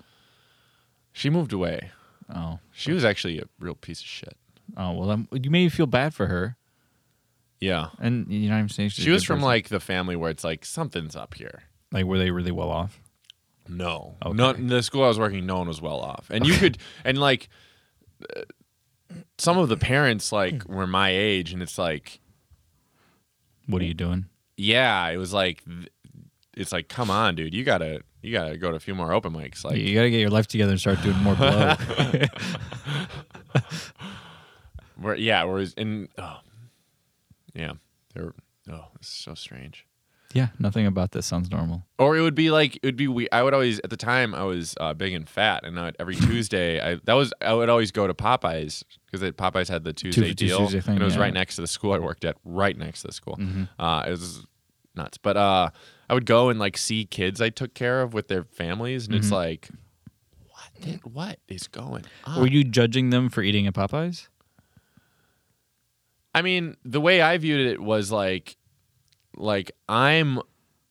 Speaker 2: She moved away.
Speaker 1: Oh,
Speaker 2: She was actually a real piece of shit.
Speaker 1: oh well. I'm, you made me feel bad for her,
Speaker 2: Yeah.
Speaker 1: and you're not even saying she's a
Speaker 2: She was
Speaker 1: good
Speaker 2: from
Speaker 1: person.
Speaker 2: like the family where it's like something's up here.
Speaker 1: like were they really well off?
Speaker 2: No,
Speaker 1: Okay.
Speaker 2: not in the school I was working. No one was well off, and you could and like uh, some of the parents like were my age, and it's like
Speaker 1: What are you doing?
Speaker 2: yeah, it was like th- it's like come on, dude, you gotta you gotta go to a few more open mics. Like
Speaker 1: you gotta get your life together and start doing more blow.
Speaker 2: Where, yeah, whereas in oh, yeah, they're oh, it's so strange.
Speaker 1: yeah, nothing about this sounds normal.
Speaker 2: Or it would be like it would be we. I would always at the time I was uh, big and fat, and I would- every Tuesday I that was I would always go to Popeyes because Popeyes had the Tuesday
Speaker 1: Tuesday
Speaker 2: deal,
Speaker 1: Tuesday thing,
Speaker 2: and it was
Speaker 1: yeah. Mm-hmm.
Speaker 2: right next to the school I worked at, right next to the school. Uh, it was nuts, but uh, I would go and like see kids I took care of with their families, and it's
Speaker 1: Mm-hmm.
Speaker 2: like, what the- what is going on?
Speaker 1: Were you judging them for eating at Popeyes?
Speaker 2: I mean, the way I viewed it was like, like I'm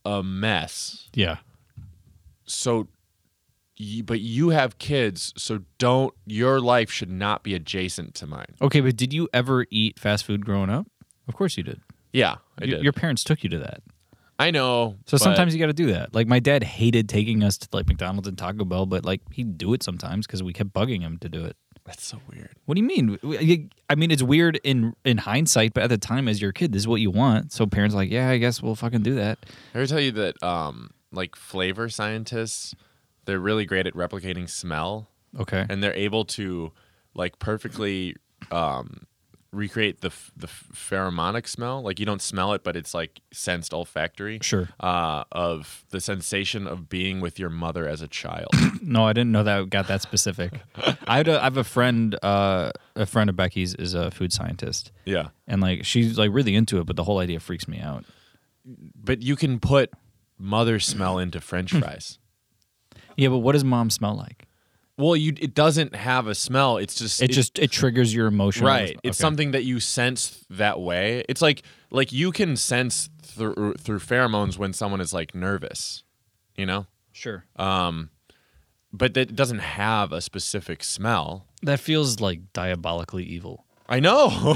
Speaker 2: a mess.
Speaker 1: Yeah.
Speaker 2: So, y- but you have kids, so don't. Your life should not be adjacent to mine.
Speaker 1: Okay, but did you ever eat fast food growing up? Of course you did.
Speaker 2: Yeah, I
Speaker 1: Y-
Speaker 2: did.
Speaker 1: Your parents took you to that.
Speaker 2: I know.
Speaker 1: So
Speaker 2: but-
Speaker 1: sometimes you got to do that. Like my dad hated taking us to like McDonald's and Taco Bell, but like he'd do it sometimes because we kept bugging him to do it.
Speaker 2: that's so weird.
Speaker 1: What do you mean? We- I mean, it's weird in in hindsight, but at the time, as your kid, this is what you want. So parents are like, yeah, I guess we'll fucking do that.
Speaker 2: I ever tell you that, um, like flavor scientists, they're really great at replicating smell.
Speaker 1: Okay.
Speaker 2: and they're able to like perfectly um, recreate the f- the f- pheromonic smell. Like you don't smell it, but it's like sensed olfactory.
Speaker 1: Sure.
Speaker 2: Uh, of the sensation of being with your mother as a child.
Speaker 1: No, I didn't know that got that specific. I, had a, I have a friend, uh, a friend of Becky's is a food scientist,
Speaker 2: yeah,
Speaker 1: and like she's like really into it, but the whole idea freaks me out.
Speaker 2: but you can put mother smell into French
Speaker 1: Hmm.
Speaker 2: fries.
Speaker 1: Yeah, but what does mom smell like?
Speaker 2: well, you it doesn't have a smell. It's just
Speaker 1: It, just it triggers your emotion.
Speaker 2: right. It's something that you sense that way. It's like like you can sense through through pheromones when someone is like nervous. You know.
Speaker 1: sure.
Speaker 2: Uh, but that doesn't have a specific smell.
Speaker 1: that feels like diabolically evil.
Speaker 2: I know.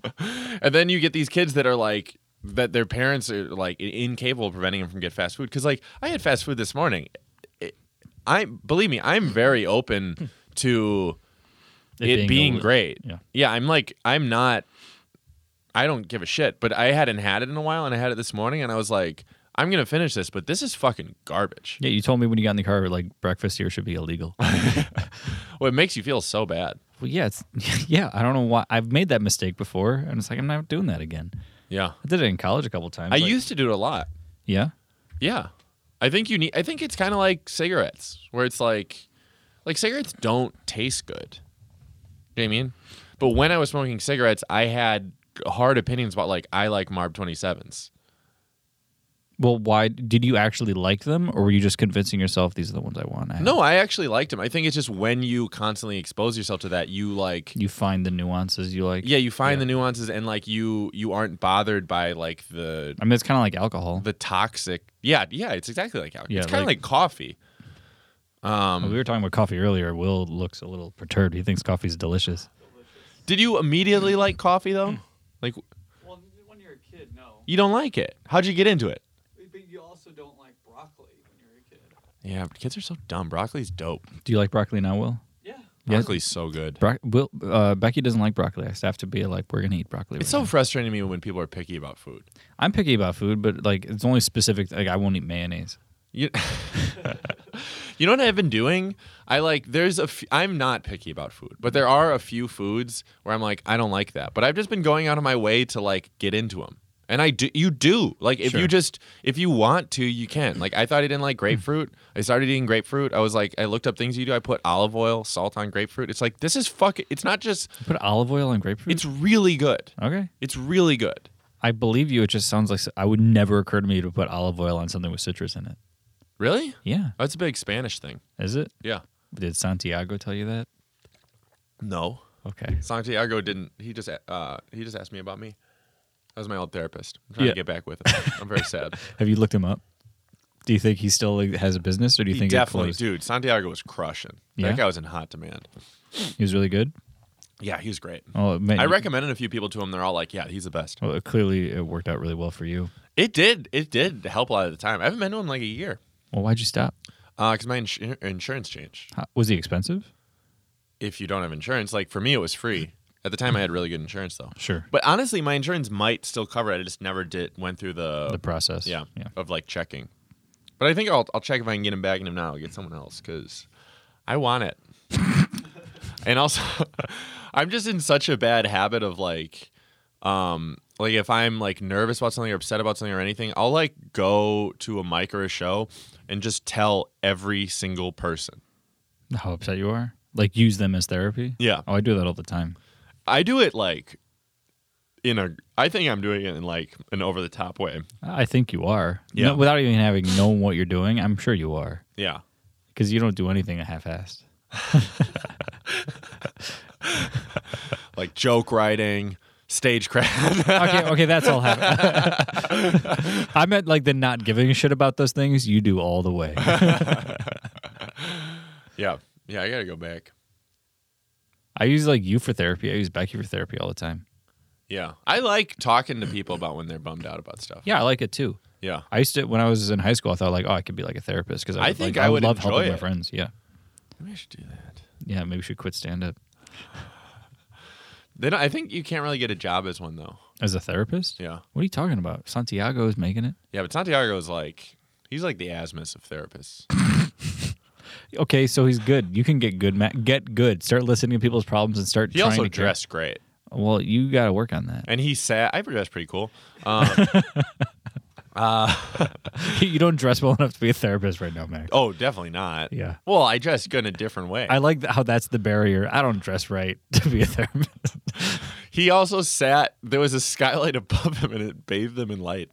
Speaker 2: and then you get these kids that are like that their parents are like i- incapable of preventing them from get fast food cuz like I had fast food this morning. I believe me, I'm very open to it, being,
Speaker 1: a-
Speaker 2: great.
Speaker 1: yeah.
Speaker 2: I'm like, I'm not, I don't give a shit, but I hadn't had it in a while and I had it this morning and I was like, I'm going to finish this, but this is fucking garbage.
Speaker 1: Yeah, you told me when you got in the car, like breakfast here should be illegal. well,
Speaker 2: Well, it makes you feel so bad.
Speaker 1: yeah, it's yeah. I don't know why I've made that mistake before, and it's like I'm not doing that again.
Speaker 2: Yeah.
Speaker 1: I did it in college a couple times.
Speaker 2: I
Speaker 1: like-
Speaker 2: used to do it a lot.
Speaker 1: yeah.
Speaker 2: Yeah. I think you need I think it's kind of like cigarettes where it's like like cigarettes don't taste good. Do you know what I mean? But when I was smoking cigarettes, I had hard opinions about like I like Marb 27s.
Speaker 1: Well, why did you actually like them, or were you just convincing yourself these are the ones I want? I have?
Speaker 2: No, I actually liked them. I think it's just when you constantly expose yourself to that, you like
Speaker 1: you find the nuances you like.
Speaker 2: yeah, you find the nuances and like you you aren't bothered by like the
Speaker 1: I mean, it's kind of like alcohol.
Speaker 2: the toxic. Yeah, yeah, it's exactly like alcohol.
Speaker 1: Yeah,
Speaker 2: it's kind of
Speaker 1: like-
Speaker 2: like coffee. Um,
Speaker 1: we were talking about coffee earlier. Will looks a little perturbed. He thinks coffee's delicious.
Speaker 2: Did you immediately like coffee though? Like
Speaker 5: Well, when you're a kid, no.
Speaker 2: you don't like it. How'd you get into it?
Speaker 5: But you also don't like broccoli when you're a kid.
Speaker 2: Yeah, but kids are so dumb. Broccoli's dope.
Speaker 1: Do you like broccoli now, Will?
Speaker 5: Yeah.
Speaker 1: Yes.
Speaker 2: Broccoli's so good.
Speaker 1: Bro- Will uh, Becky doesn't like broccoli. I have to be like, we're gonna eat broccoli.
Speaker 2: It's
Speaker 1: right
Speaker 2: so frustrating to me when people are picky about food.
Speaker 1: now. I'm picky about food, but like it's only specific. Like I won't eat mayonnaise.
Speaker 2: You, you know what I've been doing? I like there's a f- I'm not picky about food, but there are a few foods where I'm like I don't like that, but I've just been going out of my way to like get into them. And I do you do. Like if you
Speaker 1: Sure.
Speaker 2: just if you want to, you can. Like I thought I didn't like grapefruit. I started eating grapefruit. I was like I looked up things you do. I put olive oil, salt on grapefruit. It's like this is fuck it's not just
Speaker 1: Put olive oil on grapefruit.
Speaker 2: it's really good.
Speaker 1: okay.
Speaker 2: It's really good.
Speaker 1: I believe you. It just sounds like I would never occur to me to put olive oil on something with citrus in it.
Speaker 2: Really?
Speaker 1: Yeah,
Speaker 2: Oh, it's a big Spanish thing.
Speaker 1: is it?
Speaker 2: Yeah.
Speaker 1: Did Santiago tell you that?
Speaker 2: No.
Speaker 1: Okay.
Speaker 2: Santiago didn't. He just uh, he just asked me about me. That was my old therapist. I'm trying
Speaker 1: Yeah.
Speaker 2: to get back with him. I'm very sad.
Speaker 1: Have you looked him up? Do you think he still like, has a business, or do you
Speaker 2: he
Speaker 1: think it
Speaker 2: definitely,
Speaker 1: closed?
Speaker 2: dude. Santiago was crushing.
Speaker 1: Yeah?
Speaker 2: That guy was in hot demand.
Speaker 1: He was really good.
Speaker 2: Yeah, he was great.
Speaker 1: Oh, man,
Speaker 2: I recommended a few people to him. They're all like, "Yeah, he's the best."
Speaker 1: Well, it- clearly it worked out really well for you.
Speaker 2: It did. It did help a lot of the time. I haven't been to him in like a year
Speaker 1: Well, why'd you stop?
Speaker 2: because my ins- insurance changed.
Speaker 1: How, was he expensive?
Speaker 2: If you don't have insurance, like for me, it was free. At the time, I had really good insurance though.
Speaker 1: Sure.
Speaker 2: But honestly, my insurance might still cover it. I just never did went through the
Speaker 1: The process.
Speaker 2: Oh, yeah,
Speaker 1: Yeah.
Speaker 2: of like checking. But I think I'll, I'll check if I can get him back in him now. Get someone else because I want it. and also, I'm just in such a bad habit of like, um, like if I'm like nervous about something or upset about something or anything, I'll like go to a mic or a show and just tell every single person.
Speaker 1: How upset you are? Like use them as therapy?
Speaker 2: Yeah.
Speaker 1: Oh, I do that all the time.
Speaker 2: I do it like in a. I think I'm doing it in like an over the top way.
Speaker 1: I think you are.
Speaker 2: Yeah.
Speaker 1: No- without even having known what you're doing, I'm sure you are.
Speaker 2: Yeah.
Speaker 1: Because you don't do anything half-assed.
Speaker 2: like joke writing, stagecraft.
Speaker 1: Okay, okay, that's all happening. I meant like the not giving a shit about those things. You do all the way.
Speaker 2: yeah. Yeah, I got to go back.
Speaker 1: I use like you for therapy. I use Becky for therapy all the time.
Speaker 2: Yeah. I like talking to people about when they're bummed out about stuff.
Speaker 1: Yeah, I like it too.
Speaker 2: Yeah.
Speaker 1: I used to when I was in high school. I thought like, oh, I could be like a therapist because I,
Speaker 2: I
Speaker 1: would,
Speaker 2: think
Speaker 1: like,
Speaker 2: I
Speaker 1: would
Speaker 2: would
Speaker 1: love
Speaker 2: enjoy
Speaker 1: helping my
Speaker 2: it.
Speaker 1: friends. Yeah,
Speaker 2: Maybe I should do that.
Speaker 1: yeah. Maybe we should quit stand up
Speaker 2: They don't, I think you can't really get a job as one, though.
Speaker 1: as a therapist.
Speaker 2: Yeah.
Speaker 1: What are you talking about? Santiago is making it.
Speaker 2: Yeah, but Santiago's like, he's like the Asmus of therapists.
Speaker 1: Okay, so he's good. You can get good. Ma- get good. Start listening to people's problems and start.
Speaker 2: He
Speaker 1: trying
Speaker 2: also
Speaker 1: to get-
Speaker 2: dressed great.
Speaker 1: Well, you got to work on that.
Speaker 2: And he sat, I think that's pretty cool.
Speaker 1: you don't dress well enough to be a therapist right now, Max.
Speaker 2: Oh, definitely not.
Speaker 1: Yeah.
Speaker 2: Well, I dress good in a different way.
Speaker 1: I like how that's the barrier. I don't dress right to be a therapist.
Speaker 2: he also sat, there was a skylight above him and it bathed him in light.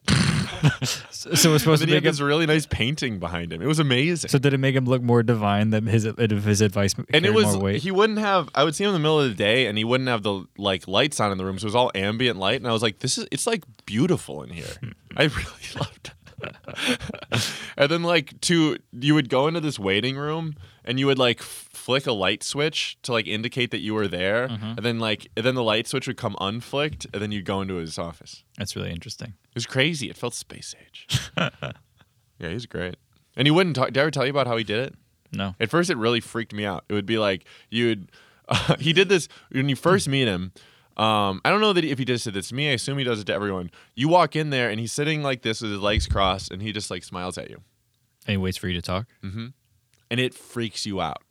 Speaker 1: so it's supposed
Speaker 2: Then
Speaker 1: to
Speaker 2: he
Speaker 1: make
Speaker 2: had
Speaker 1: him.
Speaker 2: this really nice painting behind him. It was amazing.
Speaker 1: So did it make him look more divine than his if his advice?
Speaker 2: and it
Speaker 1: carried
Speaker 2: was
Speaker 1: more weight?
Speaker 2: he wouldn't have i would see him in the middle of the day and he wouldn't have the like lights on in the room so it was all ambient light and i was like this is it's like beautiful in here i really loved it and then like to you would go into this waiting room and you would like f- flick a light switch to like indicate that you were there
Speaker 1: Mm-hmm.
Speaker 2: and then like and then the light switch would come unflicked and then you'd go into his office
Speaker 1: That's really interesting.
Speaker 2: it was crazy it felt space age yeah he's great and he wouldn't talk did i ever tell you about how he did it
Speaker 1: No.
Speaker 2: at first, it really freaked me out. It would be like you'd he did this when you first meet him. Um, I don't know that if he just did this to me. I assume he does it to everyone. You walk in there and he's sitting like this with his legs crossed, and he just like smiles at you,
Speaker 1: And he waits for you to talk.
Speaker 2: and it freaks you out.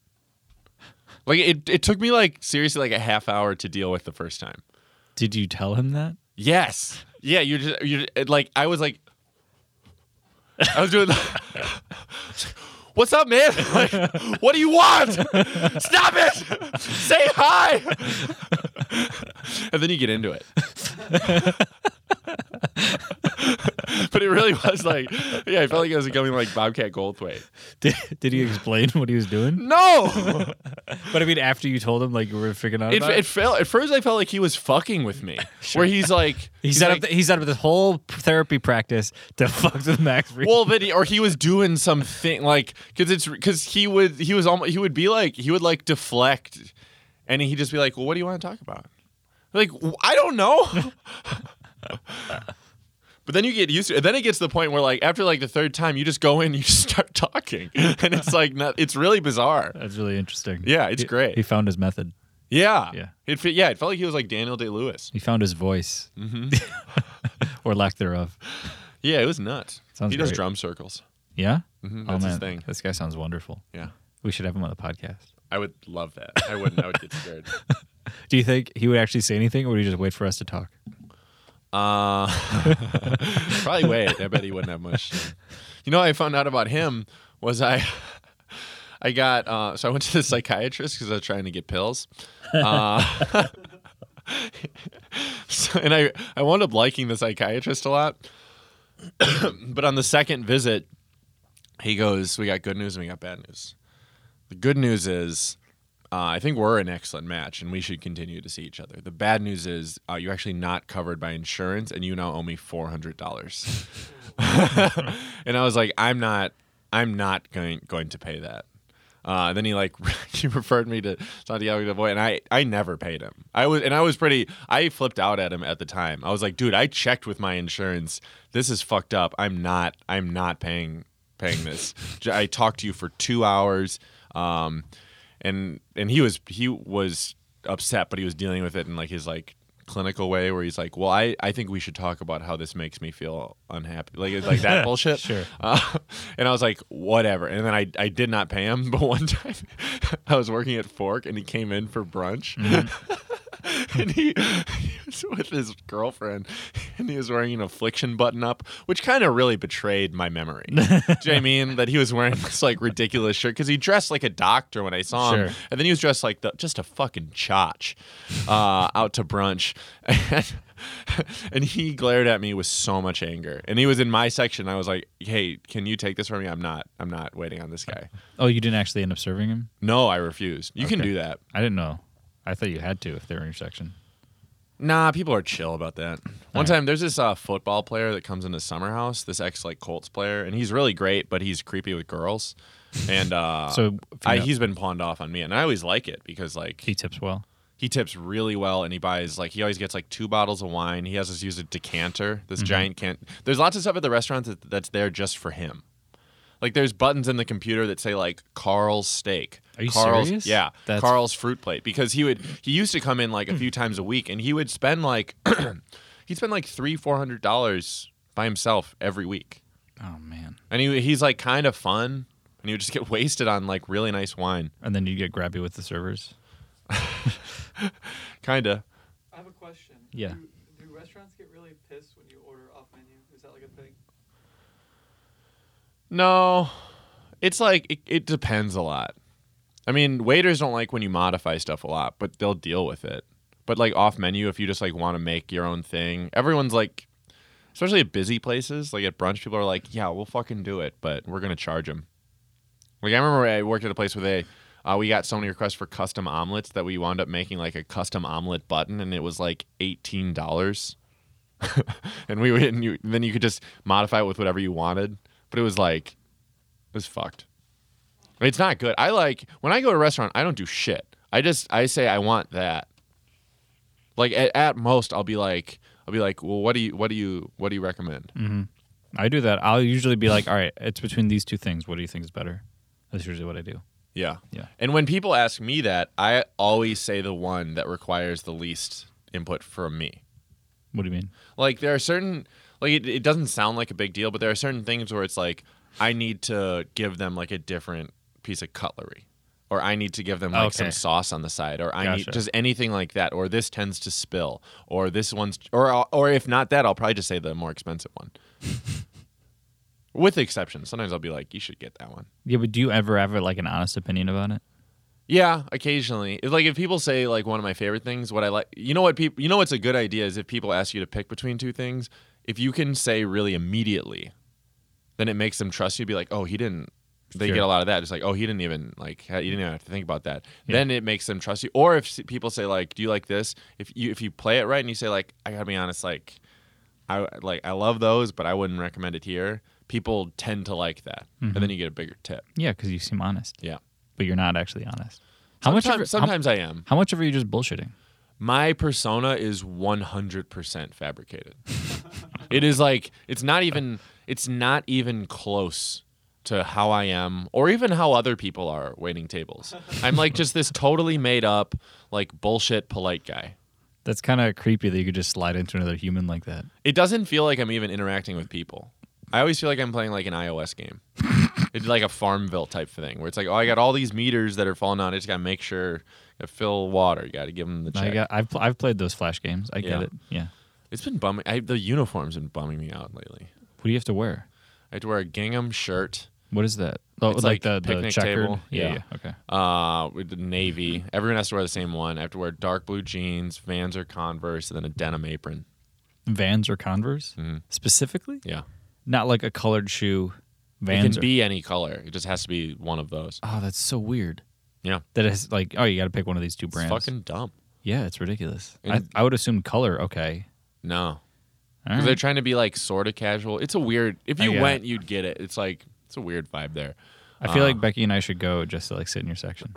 Speaker 2: Like it, it took me like seriously like a half hour to deal with the first time.
Speaker 1: Did you tell him that?
Speaker 2: Yes. Yeah, you're just you're it, like I was like I was doing What's up, man? Like, what do you want? Stop it! Say hi. and then you get into it. but it really was like, yeah, I felt like I was becoming like Bobcat Goldthwait.
Speaker 1: Did, did he explain what he was doing?
Speaker 2: No,
Speaker 1: But I mean, after you told him, like you were figuring out
Speaker 2: it,
Speaker 1: about
Speaker 2: it felt at first I felt like he was fucking with me, where he's like,
Speaker 1: He set
Speaker 2: like,
Speaker 1: up. The, he set up this whole therapy practice to fuck with Max. Fried.
Speaker 2: well then he, or he was doing something like because it's because he would he was almost he would be like he would like deflect and he'd just be like well what do you want to talk about like "W- i don't know but then you get used to it and then it gets to the point where like after like the third time you just go in you just start talking and it's like not, it's really bizarre
Speaker 1: that's really interesting.
Speaker 2: Yeah, it's
Speaker 1: He-
Speaker 2: great.
Speaker 1: He found his method.
Speaker 2: yeah
Speaker 1: Yeah.
Speaker 2: it fe- yeah it felt like he was like daniel day lewis
Speaker 1: He found his voice, or lack thereof.
Speaker 2: yeah it was nuts
Speaker 1: Sounds
Speaker 2: he does
Speaker 1: great.
Speaker 2: drum circles Mm-hmm.
Speaker 1: Yeah. oh
Speaker 2: that's
Speaker 1: man,
Speaker 2: his thing.
Speaker 1: this guy sounds wonderful.
Speaker 2: yeah
Speaker 1: We should have him on the podcast.
Speaker 2: i would love that i wouldn't i would get scared
Speaker 1: Do you think he would actually say anything, or would he just wait for us to talk?
Speaker 2: Uh, probably wait. I bet he wouldn't have much. You know, what I found out about him was I, I got uh, so I went to the psychiatrist because I was trying to get pills, uh, so, and I I wound up liking the psychiatrist a lot. but on the second visit, he goes, "We got good news and we got bad news. The good news is." Uh, I think we're an excellent match, and we should continue to see each other. The bad news is uh, you're actually not covered by insurance, and you now owe me four hundred dollars. and I was like, I'm not, I'm not going going to pay that. Uh, then he like he referred me to Santiago del Boy, and I I never paid him. I was and I was pretty. I flipped out at him at the time. I was like, dude, I checked with my insurance. This is fucked up. I'm not. I'm not paying paying this. J- I talked to you for two hours, um, and and he was he was upset, but he was dealing with it in like his like clinical way where he's like, well, I I think we should talk about how this makes me feel unhappy, like it's like that bullshit.
Speaker 1: Sure.
Speaker 2: Uh, and I was like, whatever. And then I, I did not pay him. But one time I was working at Fork and he came in for brunch. and he, he was with his girlfriend and he was wearing an affliction button up, which kind of really betrayed my memory. Do you know what I mean? That he was wearing this like ridiculous shirt because he dressed like a doctor when I saw him.
Speaker 1: Sure.
Speaker 2: And then he was dressed like the, just a fucking chotch uh, out to brunch. And, and he glared at me with so much anger. And he was in my section. I was like, hey, can you take this from me? I'm not, I'm not waiting on this guy.
Speaker 1: Oh, you didn't actually end up serving him.
Speaker 2: No, I refused. You can
Speaker 1: Okay.
Speaker 2: do that.
Speaker 1: I didn't know. I thought you had to if they were in your section.
Speaker 2: Nah, people are chill about that. One
Speaker 1: right.
Speaker 2: time, there's this uh, football player that comes into Summer House, this ex like Colts player, and he's really great, but he's creepy with girls, and uh,
Speaker 1: So, if you
Speaker 2: I,
Speaker 1: know-
Speaker 2: he's been pawned off on me, and I always like it because like
Speaker 1: He tips well.
Speaker 2: he tips really well and he buys like he always gets like two bottles of wine he has us use a decanter
Speaker 1: Mm-hmm.
Speaker 2: this giant can there's lots of stuff at the restaurant that, that's there just for him like there's buttons in the computer that say like carl's steak
Speaker 1: Are you
Speaker 2: carl's
Speaker 1: serious?
Speaker 2: yeah
Speaker 1: That's- Hmm.
Speaker 2: carl's fruit plate because he would he used to come in like a few times a week and he would spend like he'd spend like three four hundred dollars by himself every week
Speaker 1: Oh man.
Speaker 2: and he, he's like kind of fun and he would just get wasted on like really nice wine
Speaker 1: And then you get grabby with the servers.
Speaker 2: kinda
Speaker 5: I have a question.
Speaker 1: Yeah.
Speaker 5: Do, do restaurants get really pissed when you order off menu? Is that like a thing?
Speaker 2: No, it's like it, it depends a lot. I mean, waiters don't like when you modify stuff a lot, but they'll deal with it. But like off menu, if you just like want to make your own thing, everyone's like, especially at busy places, like at brunch, people are like, yeah, we'll fucking do it, but we're gonna charge them. Like I remember I worked at a place where they. Uh, we got so many requests for custom omelets that we wound up making like a custom omelet button, and it was like eighteen dollars. and we would, and you, then you could just modify it with whatever you wanted. But it was like it was fucked. It's not good. I like when I go to a restaurant, I don't do shit. I just I say I want that. Like at, at most, I'll be like I'll be like, well, what do you what do you what do you recommend?
Speaker 1: I do that. I'll usually be like, all right, it's between these two things. What do you think is better? That's usually what I do.
Speaker 2: Yeah.
Speaker 1: Yeah.
Speaker 2: And when people ask me that, I always say the one that requires the least input from me.
Speaker 1: What do you mean?
Speaker 2: Like there are certain like it, it doesn't sound like a big deal, but there are certain things where it's like I need to give them like a different piece of cutlery. Or I need to give them like some
Speaker 1: Okay.
Speaker 2: sauce on the side, or I need
Speaker 1: Gotcha.
Speaker 2: just anything like that, or this tends to spill, or this one's, or I'll- or if not that, I'll probably just say the more expensive one, with exceptions. Sometimes I'll be like, you should get that one.
Speaker 1: Yeah, but do you ever have like an honest opinion about it?
Speaker 2: Yeah, occasionally. If, Like if people say like one of my favorite things, what I like, you know what people, you know what's a good idea is if people ask you to pick between two things, if you can say really immediately, then it makes them trust you. Be like, oh, he didn't. They
Speaker 1: Sure.
Speaker 2: get a lot of that. It's like, oh, he didn't even like. ha- You didn't even have to think about that.
Speaker 1: Yeah.
Speaker 2: Then it makes them trust you. Or if s- people say like, do you like this? If you if you play it right and you say like, I gotta be honest, like, I like I love those, but I wouldn't recommend it here. People tend to like that,
Speaker 1: Mm-hmm.
Speaker 2: and then you get a bigger tip.
Speaker 1: Yeah, because you seem honest,
Speaker 2: Yeah.
Speaker 1: but you're not actually honest. How much?
Speaker 2: Sometimes,
Speaker 1: Ever,
Speaker 2: sometimes I am.
Speaker 1: How, how much of are you just bullshitting?
Speaker 2: my persona is 100% fabricated it is like it's not even it's not even close to how i am or even how other people are waiting tables i'm like just this totally made up like bullshit polite guy
Speaker 1: That's kind of creepy that you could just slide into another human like that.
Speaker 2: it doesn't feel like i'm even interacting with people i always feel like i'm playing like an ios game it's like a farmville type thing where it's like oh i got all these meters that are falling out i just gotta make sure I fill water you gotta give them the check
Speaker 1: I got. I've pl- I've played those flash games. I
Speaker 2: Yeah.
Speaker 1: get it. Yeah.
Speaker 2: it's been bumming I, the uniform's been bumming me out lately
Speaker 1: What do you have to wear?
Speaker 2: I had to wear a gingham shirt,
Speaker 1: What is that? Oh,
Speaker 2: It's like picnic
Speaker 1: checkered-
Speaker 2: table.
Speaker 1: Yeah,
Speaker 2: Yeah.
Speaker 1: yeah. Okay.
Speaker 2: uh, with the navy. Everyone has to wear the same one. I have to wear dark blue jeans, Vans or Converse, and then a denim apron.
Speaker 1: Vans or Converse
Speaker 2: Mm-hmm.
Speaker 1: specifically?
Speaker 2: Yeah,
Speaker 1: Not like a colored shoe.
Speaker 2: it
Speaker 1: Vans.
Speaker 2: can
Speaker 1: or-
Speaker 2: be any color. It just has to be one of those.
Speaker 1: oh, that's so weird.
Speaker 2: Yeah,
Speaker 1: That is like, oh, you got to pick one of these two brands.
Speaker 2: it's fucking dumb.
Speaker 1: yeah, it's ridiculous. I,
Speaker 2: And-
Speaker 1: I would assume color. Okay.
Speaker 2: No,
Speaker 1: All
Speaker 2: because they're
Speaker 1: right.
Speaker 2: trying to be like sort of casual. It's a weird. If
Speaker 1: I
Speaker 2: you
Speaker 1: get
Speaker 2: went, you'd get it. It's like it's a weird vibe there.
Speaker 1: I feel
Speaker 2: Ah.
Speaker 1: like Becky and I should go just to like sit in your section.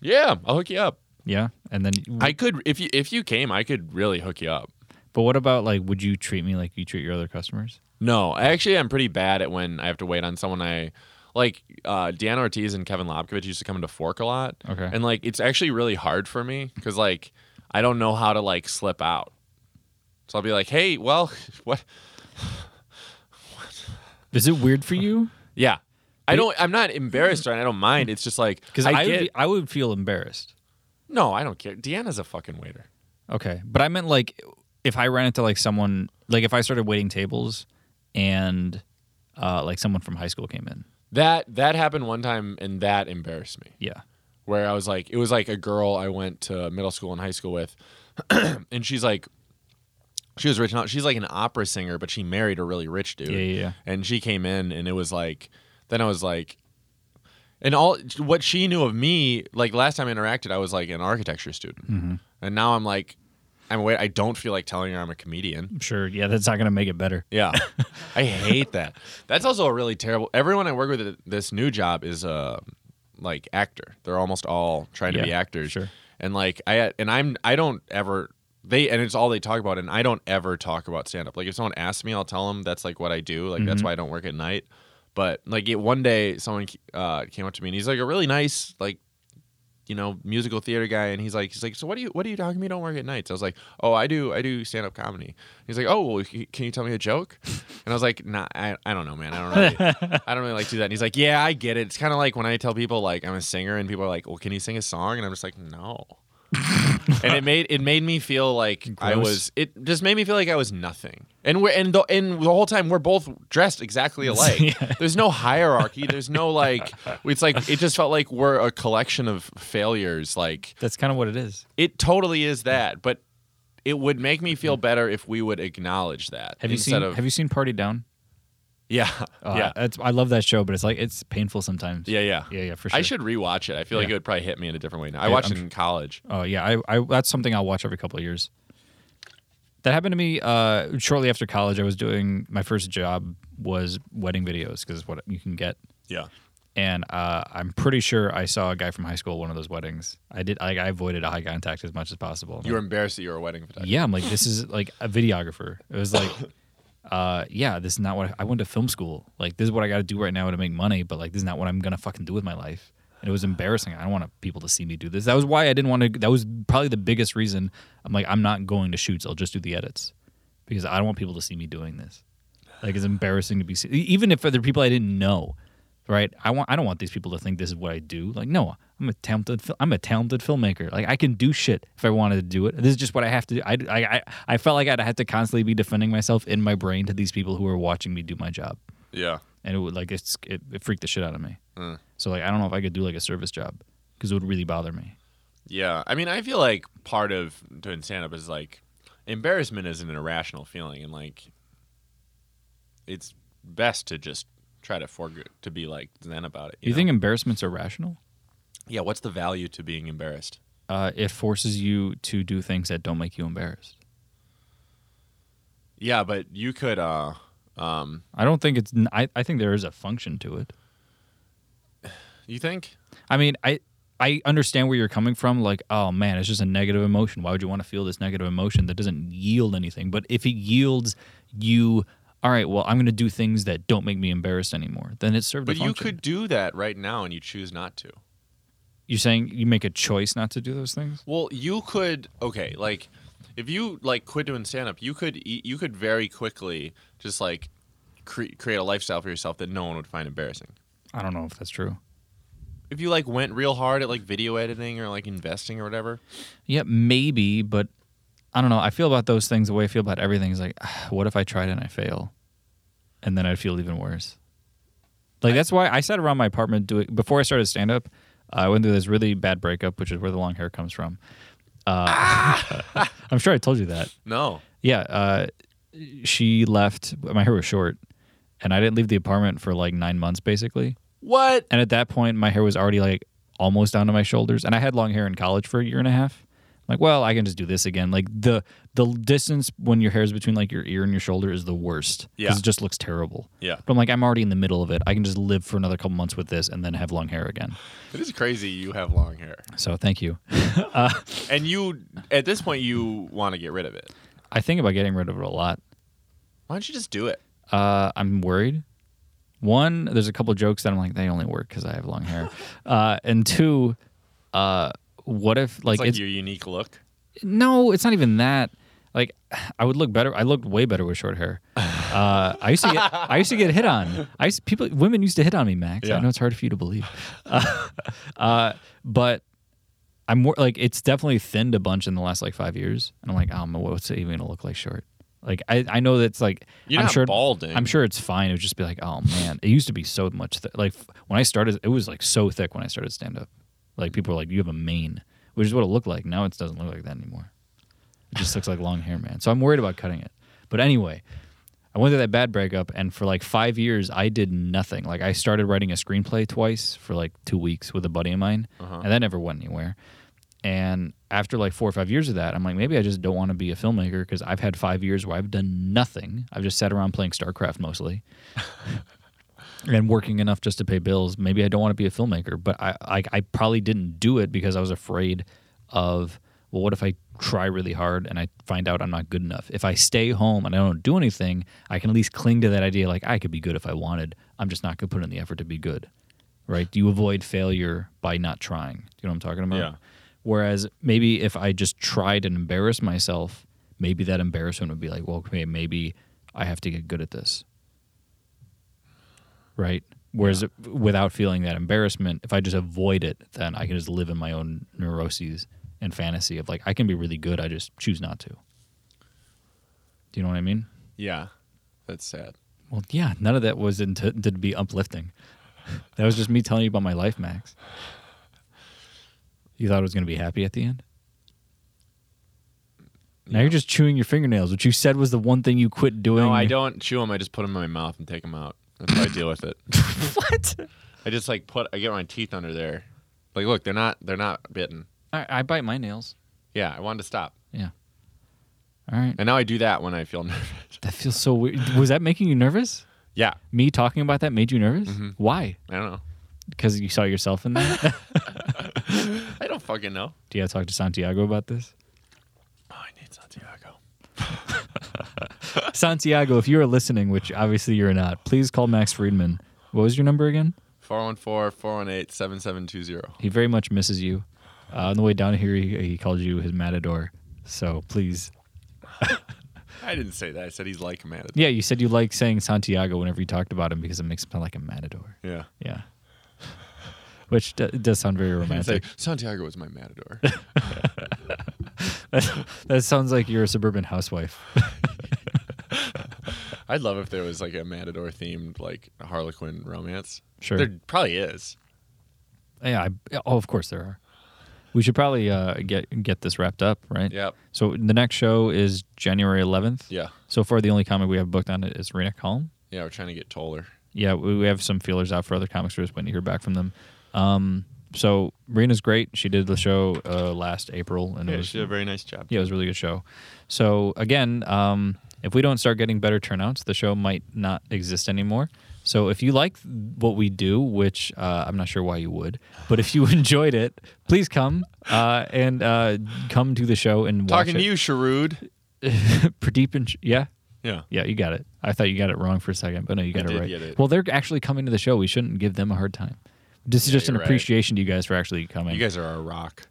Speaker 2: Yeah, I'll hook you up.
Speaker 1: yeah, and then.
Speaker 2: I could if you if you came, I could really hook you up.
Speaker 1: but what about like? Would you treat me like you treat your other customers?
Speaker 2: No, actually, I'm pretty bad at when I have to wait on someone. I like uh, Dan Ortiz and Kevin Lobkovich used to come into Fork a lot.
Speaker 1: Okay.
Speaker 2: and like it's actually really hard for me because like I don't know how to like slip out. So I'll be like, hey, well, what?
Speaker 1: Is it weird for you?
Speaker 2: Yeah, I don't. I'm not embarrassed or I don't mind. It's just like
Speaker 1: Because I, would
Speaker 2: get-
Speaker 1: be, I would feel embarrassed.
Speaker 2: no, I don't care. Deanna's a fucking waiter.
Speaker 1: Okay, but I meant like if I ran into like someone, like if I started waiting tables, and uh, like someone from high school came in.
Speaker 2: That that happened one time and that embarrassed me.
Speaker 1: Yeah.
Speaker 2: where I was like, it was like a girl I went to middle school and high school with, and she's like, she was rich. Now she's like an opera singer, but she married a really rich dude.
Speaker 1: Yeah, yeah, yeah.
Speaker 2: And she came in, and it was like, then I was like, and all what she knew of me, like last time I interacted, I was like an architecture student,
Speaker 1: Mm-hmm.
Speaker 2: and now I'm like, I'm wait, I don't feel like telling her I'm a comedian.
Speaker 1: Sure. Yeah, that's not gonna make it better.
Speaker 2: Yeah. I hate that. That's also a really terrible. Everyone I work with at this new job is uh like actor. They're almost all trying to be
Speaker 1: Yeah,
Speaker 2: actors.
Speaker 1: sure.
Speaker 2: And like I and I'm I don't ever they and it's all they talk about and I don't ever talk about stand up. Like if someone asks me, I'll tell them that's like what I do. Like
Speaker 1: Mm-hmm.
Speaker 2: that's why I don't work at night. But like it, one day someone uh, came up to me and he's like a really nice like you know, musical theater guy, and he's like, he's like, so what do you, what do you, how come you don't work at nights? I was like, oh, I do, I do stand up comedy. He's like, oh, well, c- can you tell me a joke? And I was like, nah, I, I don't know, man, I don't really, I don't really like to do that. And he's like, yeah, I get it. It's kind of like when I tell people like I'm a singer, and people are like, well, can you sing a song? And I'm just like, no. and it made it made me feel like I
Speaker 1: Gross.
Speaker 2: was. It just made me feel like I was nothing. And we're and the and the whole time we're both dressed exactly alike. There's no hierarchy. There's no like. It's like it just felt like we're a collection of failures. Like
Speaker 1: That's kind of what it is.
Speaker 2: it totally is that, but it would make me feel better if we would acknowledge that.
Speaker 1: Mm-hmm. Have you
Speaker 2: instead
Speaker 1: seen
Speaker 2: Of,
Speaker 1: Have you seen Party Down?
Speaker 2: yeah,
Speaker 1: Uh,
Speaker 2: yeah,
Speaker 1: it's, I love that show, but it's like it's painful sometimes.
Speaker 2: yeah, yeah,
Speaker 1: yeah, yeah, for sure.
Speaker 2: I should rewatch it. I feel like
Speaker 1: Yeah.
Speaker 2: it would probably hit me in a different way. Now. I
Speaker 1: Yeah,
Speaker 2: watched
Speaker 1: I'm
Speaker 2: it in college.
Speaker 1: Oh yeah, I, I that's something I'll watch every couple of years. That happened to me uh, shortly after college. I was doing my first job was wedding videos because it's what you can get,
Speaker 2: Yeah,
Speaker 1: and uh, I'm pretty sure I saw a guy from high school at one of those weddings. I did I, I avoided eye contact as much as possible.
Speaker 2: you were embarrassed that you were a wedding photographer.
Speaker 1: yeah, I'm like this is like a videographer. It was like, uh, yeah, this is not what I, I went to film school. Like this is what I got to do right now to make money, but like this is not what I'm gonna fucking do with my life. and it was embarrassing. I don't want people to see me do this. That was why I didn't want to. That was probably the biggest reason. I'm like, I'm not going to shoots. I'll just do the edits because I don't want people to see me doing this. Like it's embarrassing to be seen, even if other people I didn't know, right? I want I don't want these people to think this is what I do. Like no, I'm a talented fil- I'm a talented filmmaker. Like I can do shit if I wanted to do it. This is just what I have to do. I I I, I felt like I'd have to constantly be defending myself in my brain to these people who are watching me do my job,
Speaker 2: Yeah.
Speaker 1: and it would like it's it, it freaked the shit out of me. So like I don't know if I could do like a service job because it would really bother me.
Speaker 2: Yeah. I mean, I feel like part of doing stand up is like embarrassment is an irrational feeling and like it's best to just try to forget to be like zen about it.
Speaker 1: You,
Speaker 2: know?
Speaker 1: think embarrassments are rational?
Speaker 2: Yeah, what's the value to being embarrassed?
Speaker 1: Uh, it forces you to do things that don't make you embarrassed.
Speaker 2: Yeah, but you could uh um
Speaker 1: I don't think it's. I, I think there is a function to it.
Speaker 2: you think?
Speaker 1: I mean, I I understand where you're coming from. Like, oh man, it's just a negative emotion. Why would you want to feel this negative emotion that doesn't yield anything? But if it yields you, all right, well, I'm going to do things that don't make me embarrassed anymore. Then it served. a
Speaker 2: But you
Speaker 1: function.
Speaker 2: could do that right now and you choose not to.
Speaker 1: You're saying you make a choice not to do those things.
Speaker 2: Well, you could okay, like if you like quit doing stand up, you could e- you could very quickly just like cre- create a lifestyle for yourself that no one would find embarrassing.
Speaker 1: I don't know if that's true.
Speaker 2: If you like went real hard at like video editing or like investing or whatever.
Speaker 1: Yeah, maybe, but I don't know. I feel about those things the way I feel about everything is like, "Ah, what if I tried and I fail? And then I'd feel even worse. Like that's why I sat around my apartment doing before I started stand up. I went through this really bad breakup, which is where the long hair comes from. Uh, I'm sure I told you that.
Speaker 2: No.
Speaker 1: Yeah, uh, she left. My hair was short, and I didn't leave the apartment for like nine months, basically.
Speaker 2: What?
Speaker 1: And at that point, my hair was already like almost down to my shoulders, and I had long hair in college for a year and a half. I'm like, well, I can just do this again. Like the the distance when your hair is between like your ear and your shoulder is the worst. 'cause
Speaker 2: Yeah.
Speaker 1: it just looks terrible.
Speaker 2: Yeah.
Speaker 1: but I'm like, I'm already in the middle of it. I can just live for another couple months with this, and then have long hair again.
Speaker 2: It is crazy you have long hair.
Speaker 1: So thank you.
Speaker 2: And you at this point you want to get rid of it.
Speaker 1: I think about getting rid of it a lot.
Speaker 2: Why don't you just do it?
Speaker 1: Uh, I'm worried. One, there's a couple jokes that I'm like, they only work because I have long hair. uh, and two, uh, what if like
Speaker 2: It's like your unique look.
Speaker 1: No, it's not even that. Like, I would look better. I looked way better with short hair. Uh, I used to get, I used to get hit on. I used, people, women used to hit on me, Max.
Speaker 2: Yeah.
Speaker 1: I know it's hard for you to believe, uh, uh, but I'm more like it's definitely thinned a bunch in the last like five years. And I'm like, oh, man, what's it even gonna look like short? Like, I, I know that's like
Speaker 2: You're
Speaker 1: I'm
Speaker 2: not
Speaker 1: sure
Speaker 2: balding.
Speaker 1: I'm sure it's fine. It would just be like, oh man, it used to be so much th- like f- when I started, it was like so thick when I started stand up. Like people were like, you have a mane, which is what it looked like. Now it doesn't look like that anymore. It just looks like long hair, man. So I'm worried about cutting it. But anyway, I went through that bad breakup, and for like five years, I did nothing. Like I started writing a screenplay twice for like two weeks with a buddy of mine, and that never went anywhere. And after like four or five years of that, I'm like, maybe I just don't want to be a filmmaker because I've had five years where I've done nothing. I've just sat around playing StarCraft mostly and working enough just to pay bills. Maybe I don't want to be a filmmaker, but I, I, I probably didn't do it because I was afraid of, well, what if I try really hard and I find out I'm not good enough? If I stay home and I don't do anything, I can at least cling to that idea like I could be good if I wanted. I'm just not going to put in the effort to be good, right? You avoid failure by not trying. You know what I'm talking about?
Speaker 2: Yeah.
Speaker 1: Whereas maybe if I just tried and embarrassed myself, maybe that embarrassment would be like, well, okay, maybe I have to get good at this right? Whereas without feeling that embarrassment, if I just avoid it, then I can just live in my own neuroses and fantasy of like I can be really good. I just choose not to. Do you know what I mean?
Speaker 2: Yeah. That's sad.
Speaker 1: Well, yeah. None of that was into to be uplifting. that was just me telling you about my life, Max. You thought it was going to be happy at the end. Now you're just chewing your fingernails, which you said was the one thing you quit doing.
Speaker 2: No, I don't chew them. I just put them in my mouth and take them out. That's how I deal with it.
Speaker 1: What?
Speaker 2: I just like put. I get my teeth under there. Like, look, they're not. They're not bitten.
Speaker 1: I, I bite my nails.
Speaker 2: Yeah, I wanted to stop,
Speaker 1: Yeah. All right.
Speaker 2: and now I do that when I feel nervous.
Speaker 1: That feels so weird. Was that making you nervous?
Speaker 2: Yeah,
Speaker 1: Me talking about that made you nervous? Why?
Speaker 2: I don't know.
Speaker 1: Because you saw yourself in that?
Speaker 2: I don't fucking know.
Speaker 1: Do you have to talk to Santiago about this?
Speaker 2: Oh, I need Santiago.
Speaker 1: Santiago, if you are listening, which obviously you're not, please call Max Friedman. What was your number again?
Speaker 2: 414-418-7720.
Speaker 1: He very much misses you. Uh, on the way down here, he, he called you his matador. So please,
Speaker 2: I didn't say that. I said he's like a man.
Speaker 1: yeah, you said you like saying Santiago whenever you talked about him because it makes him sound like a matador.
Speaker 2: Yeah.
Speaker 1: Yeah, which d- does sound very
Speaker 2: It's
Speaker 1: romantic.
Speaker 2: like Santiago was my matador.
Speaker 1: that sounds like you're a suburban housewife.
Speaker 2: I'd love if there was like a matador themed like Harlequin romance.
Speaker 1: Sure.
Speaker 2: There probably is.
Speaker 1: yeah, I, oh, of course there are. We should probably uh, get get this wrapped up, right?
Speaker 2: Yep.
Speaker 1: So the next show is January 11th.
Speaker 2: Yeah.
Speaker 1: So far, the only comic we have booked on it is Rena Column.
Speaker 2: Yeah, we're trying to get taller.
Speaker 1: yeah, we, we have some feelers out for other comics. We're just waiting to hear back from them. Um, so Rena's great. She did the show uh, last April, and it
Speaker 2: Yeah,
Speaker 1: was
Speaker 2: she did a very nice job.
Speaker 1: yeah, it was a really good show. So again, um, if we don't start getting better turnouts, the show might not exist anymore. So if you like what we do, which uh, I'm not sure why you would, but if you enjoyed it, please come uh, and uh, come to the show and watch
Speaker 2: Talking to you, Sherud.
Speaker 1: it. Pradeep and Sh- yeah,
Speaker 2: Yeah.
Speaker 1: yeah, you got it. I thought you got it wrong for a second, but no, you got
Speaker 2: I
Speaker 1: it
Speaker 2: did
Speaker 1: right.
Speaker 2: get it.
Speaker 1: Well, they're actually coming to the show. We shouldn't give them a hard time. This is just an
Speaker 2: you're right.
Speaker 1: appreciation to you guys for actually coming.
Speaker 2: You guys are our rock.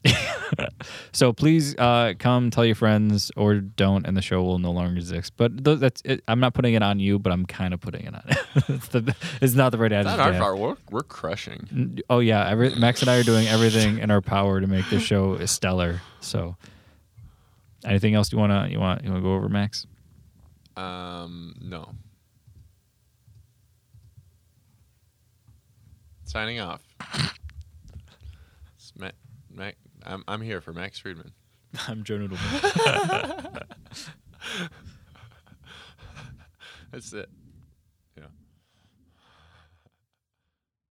Speaker 1: so please uh, come, tell your friends, or don't, and the show will no longer exist. But th- that's it. I'm not putting it on you, but I'm kind of putting it on. it's, the, it's not the right attitude. to
Speaker 2: Not our
Speaker 1: have.
Speaker 2: fault. We're, we're crushing.
Speaker 1: Oh yeah, every, Max and I are doing everything in our power to make this show stellar. So, anything else you wanna you want you wanna go over, Max?
Speaker 2: Um, no. Signing off. It's Mac, Mac, I'm, I'm here for Max Friedman.
Speaker 1: I'm Joe Noodleman.
Speaker 2: That's it.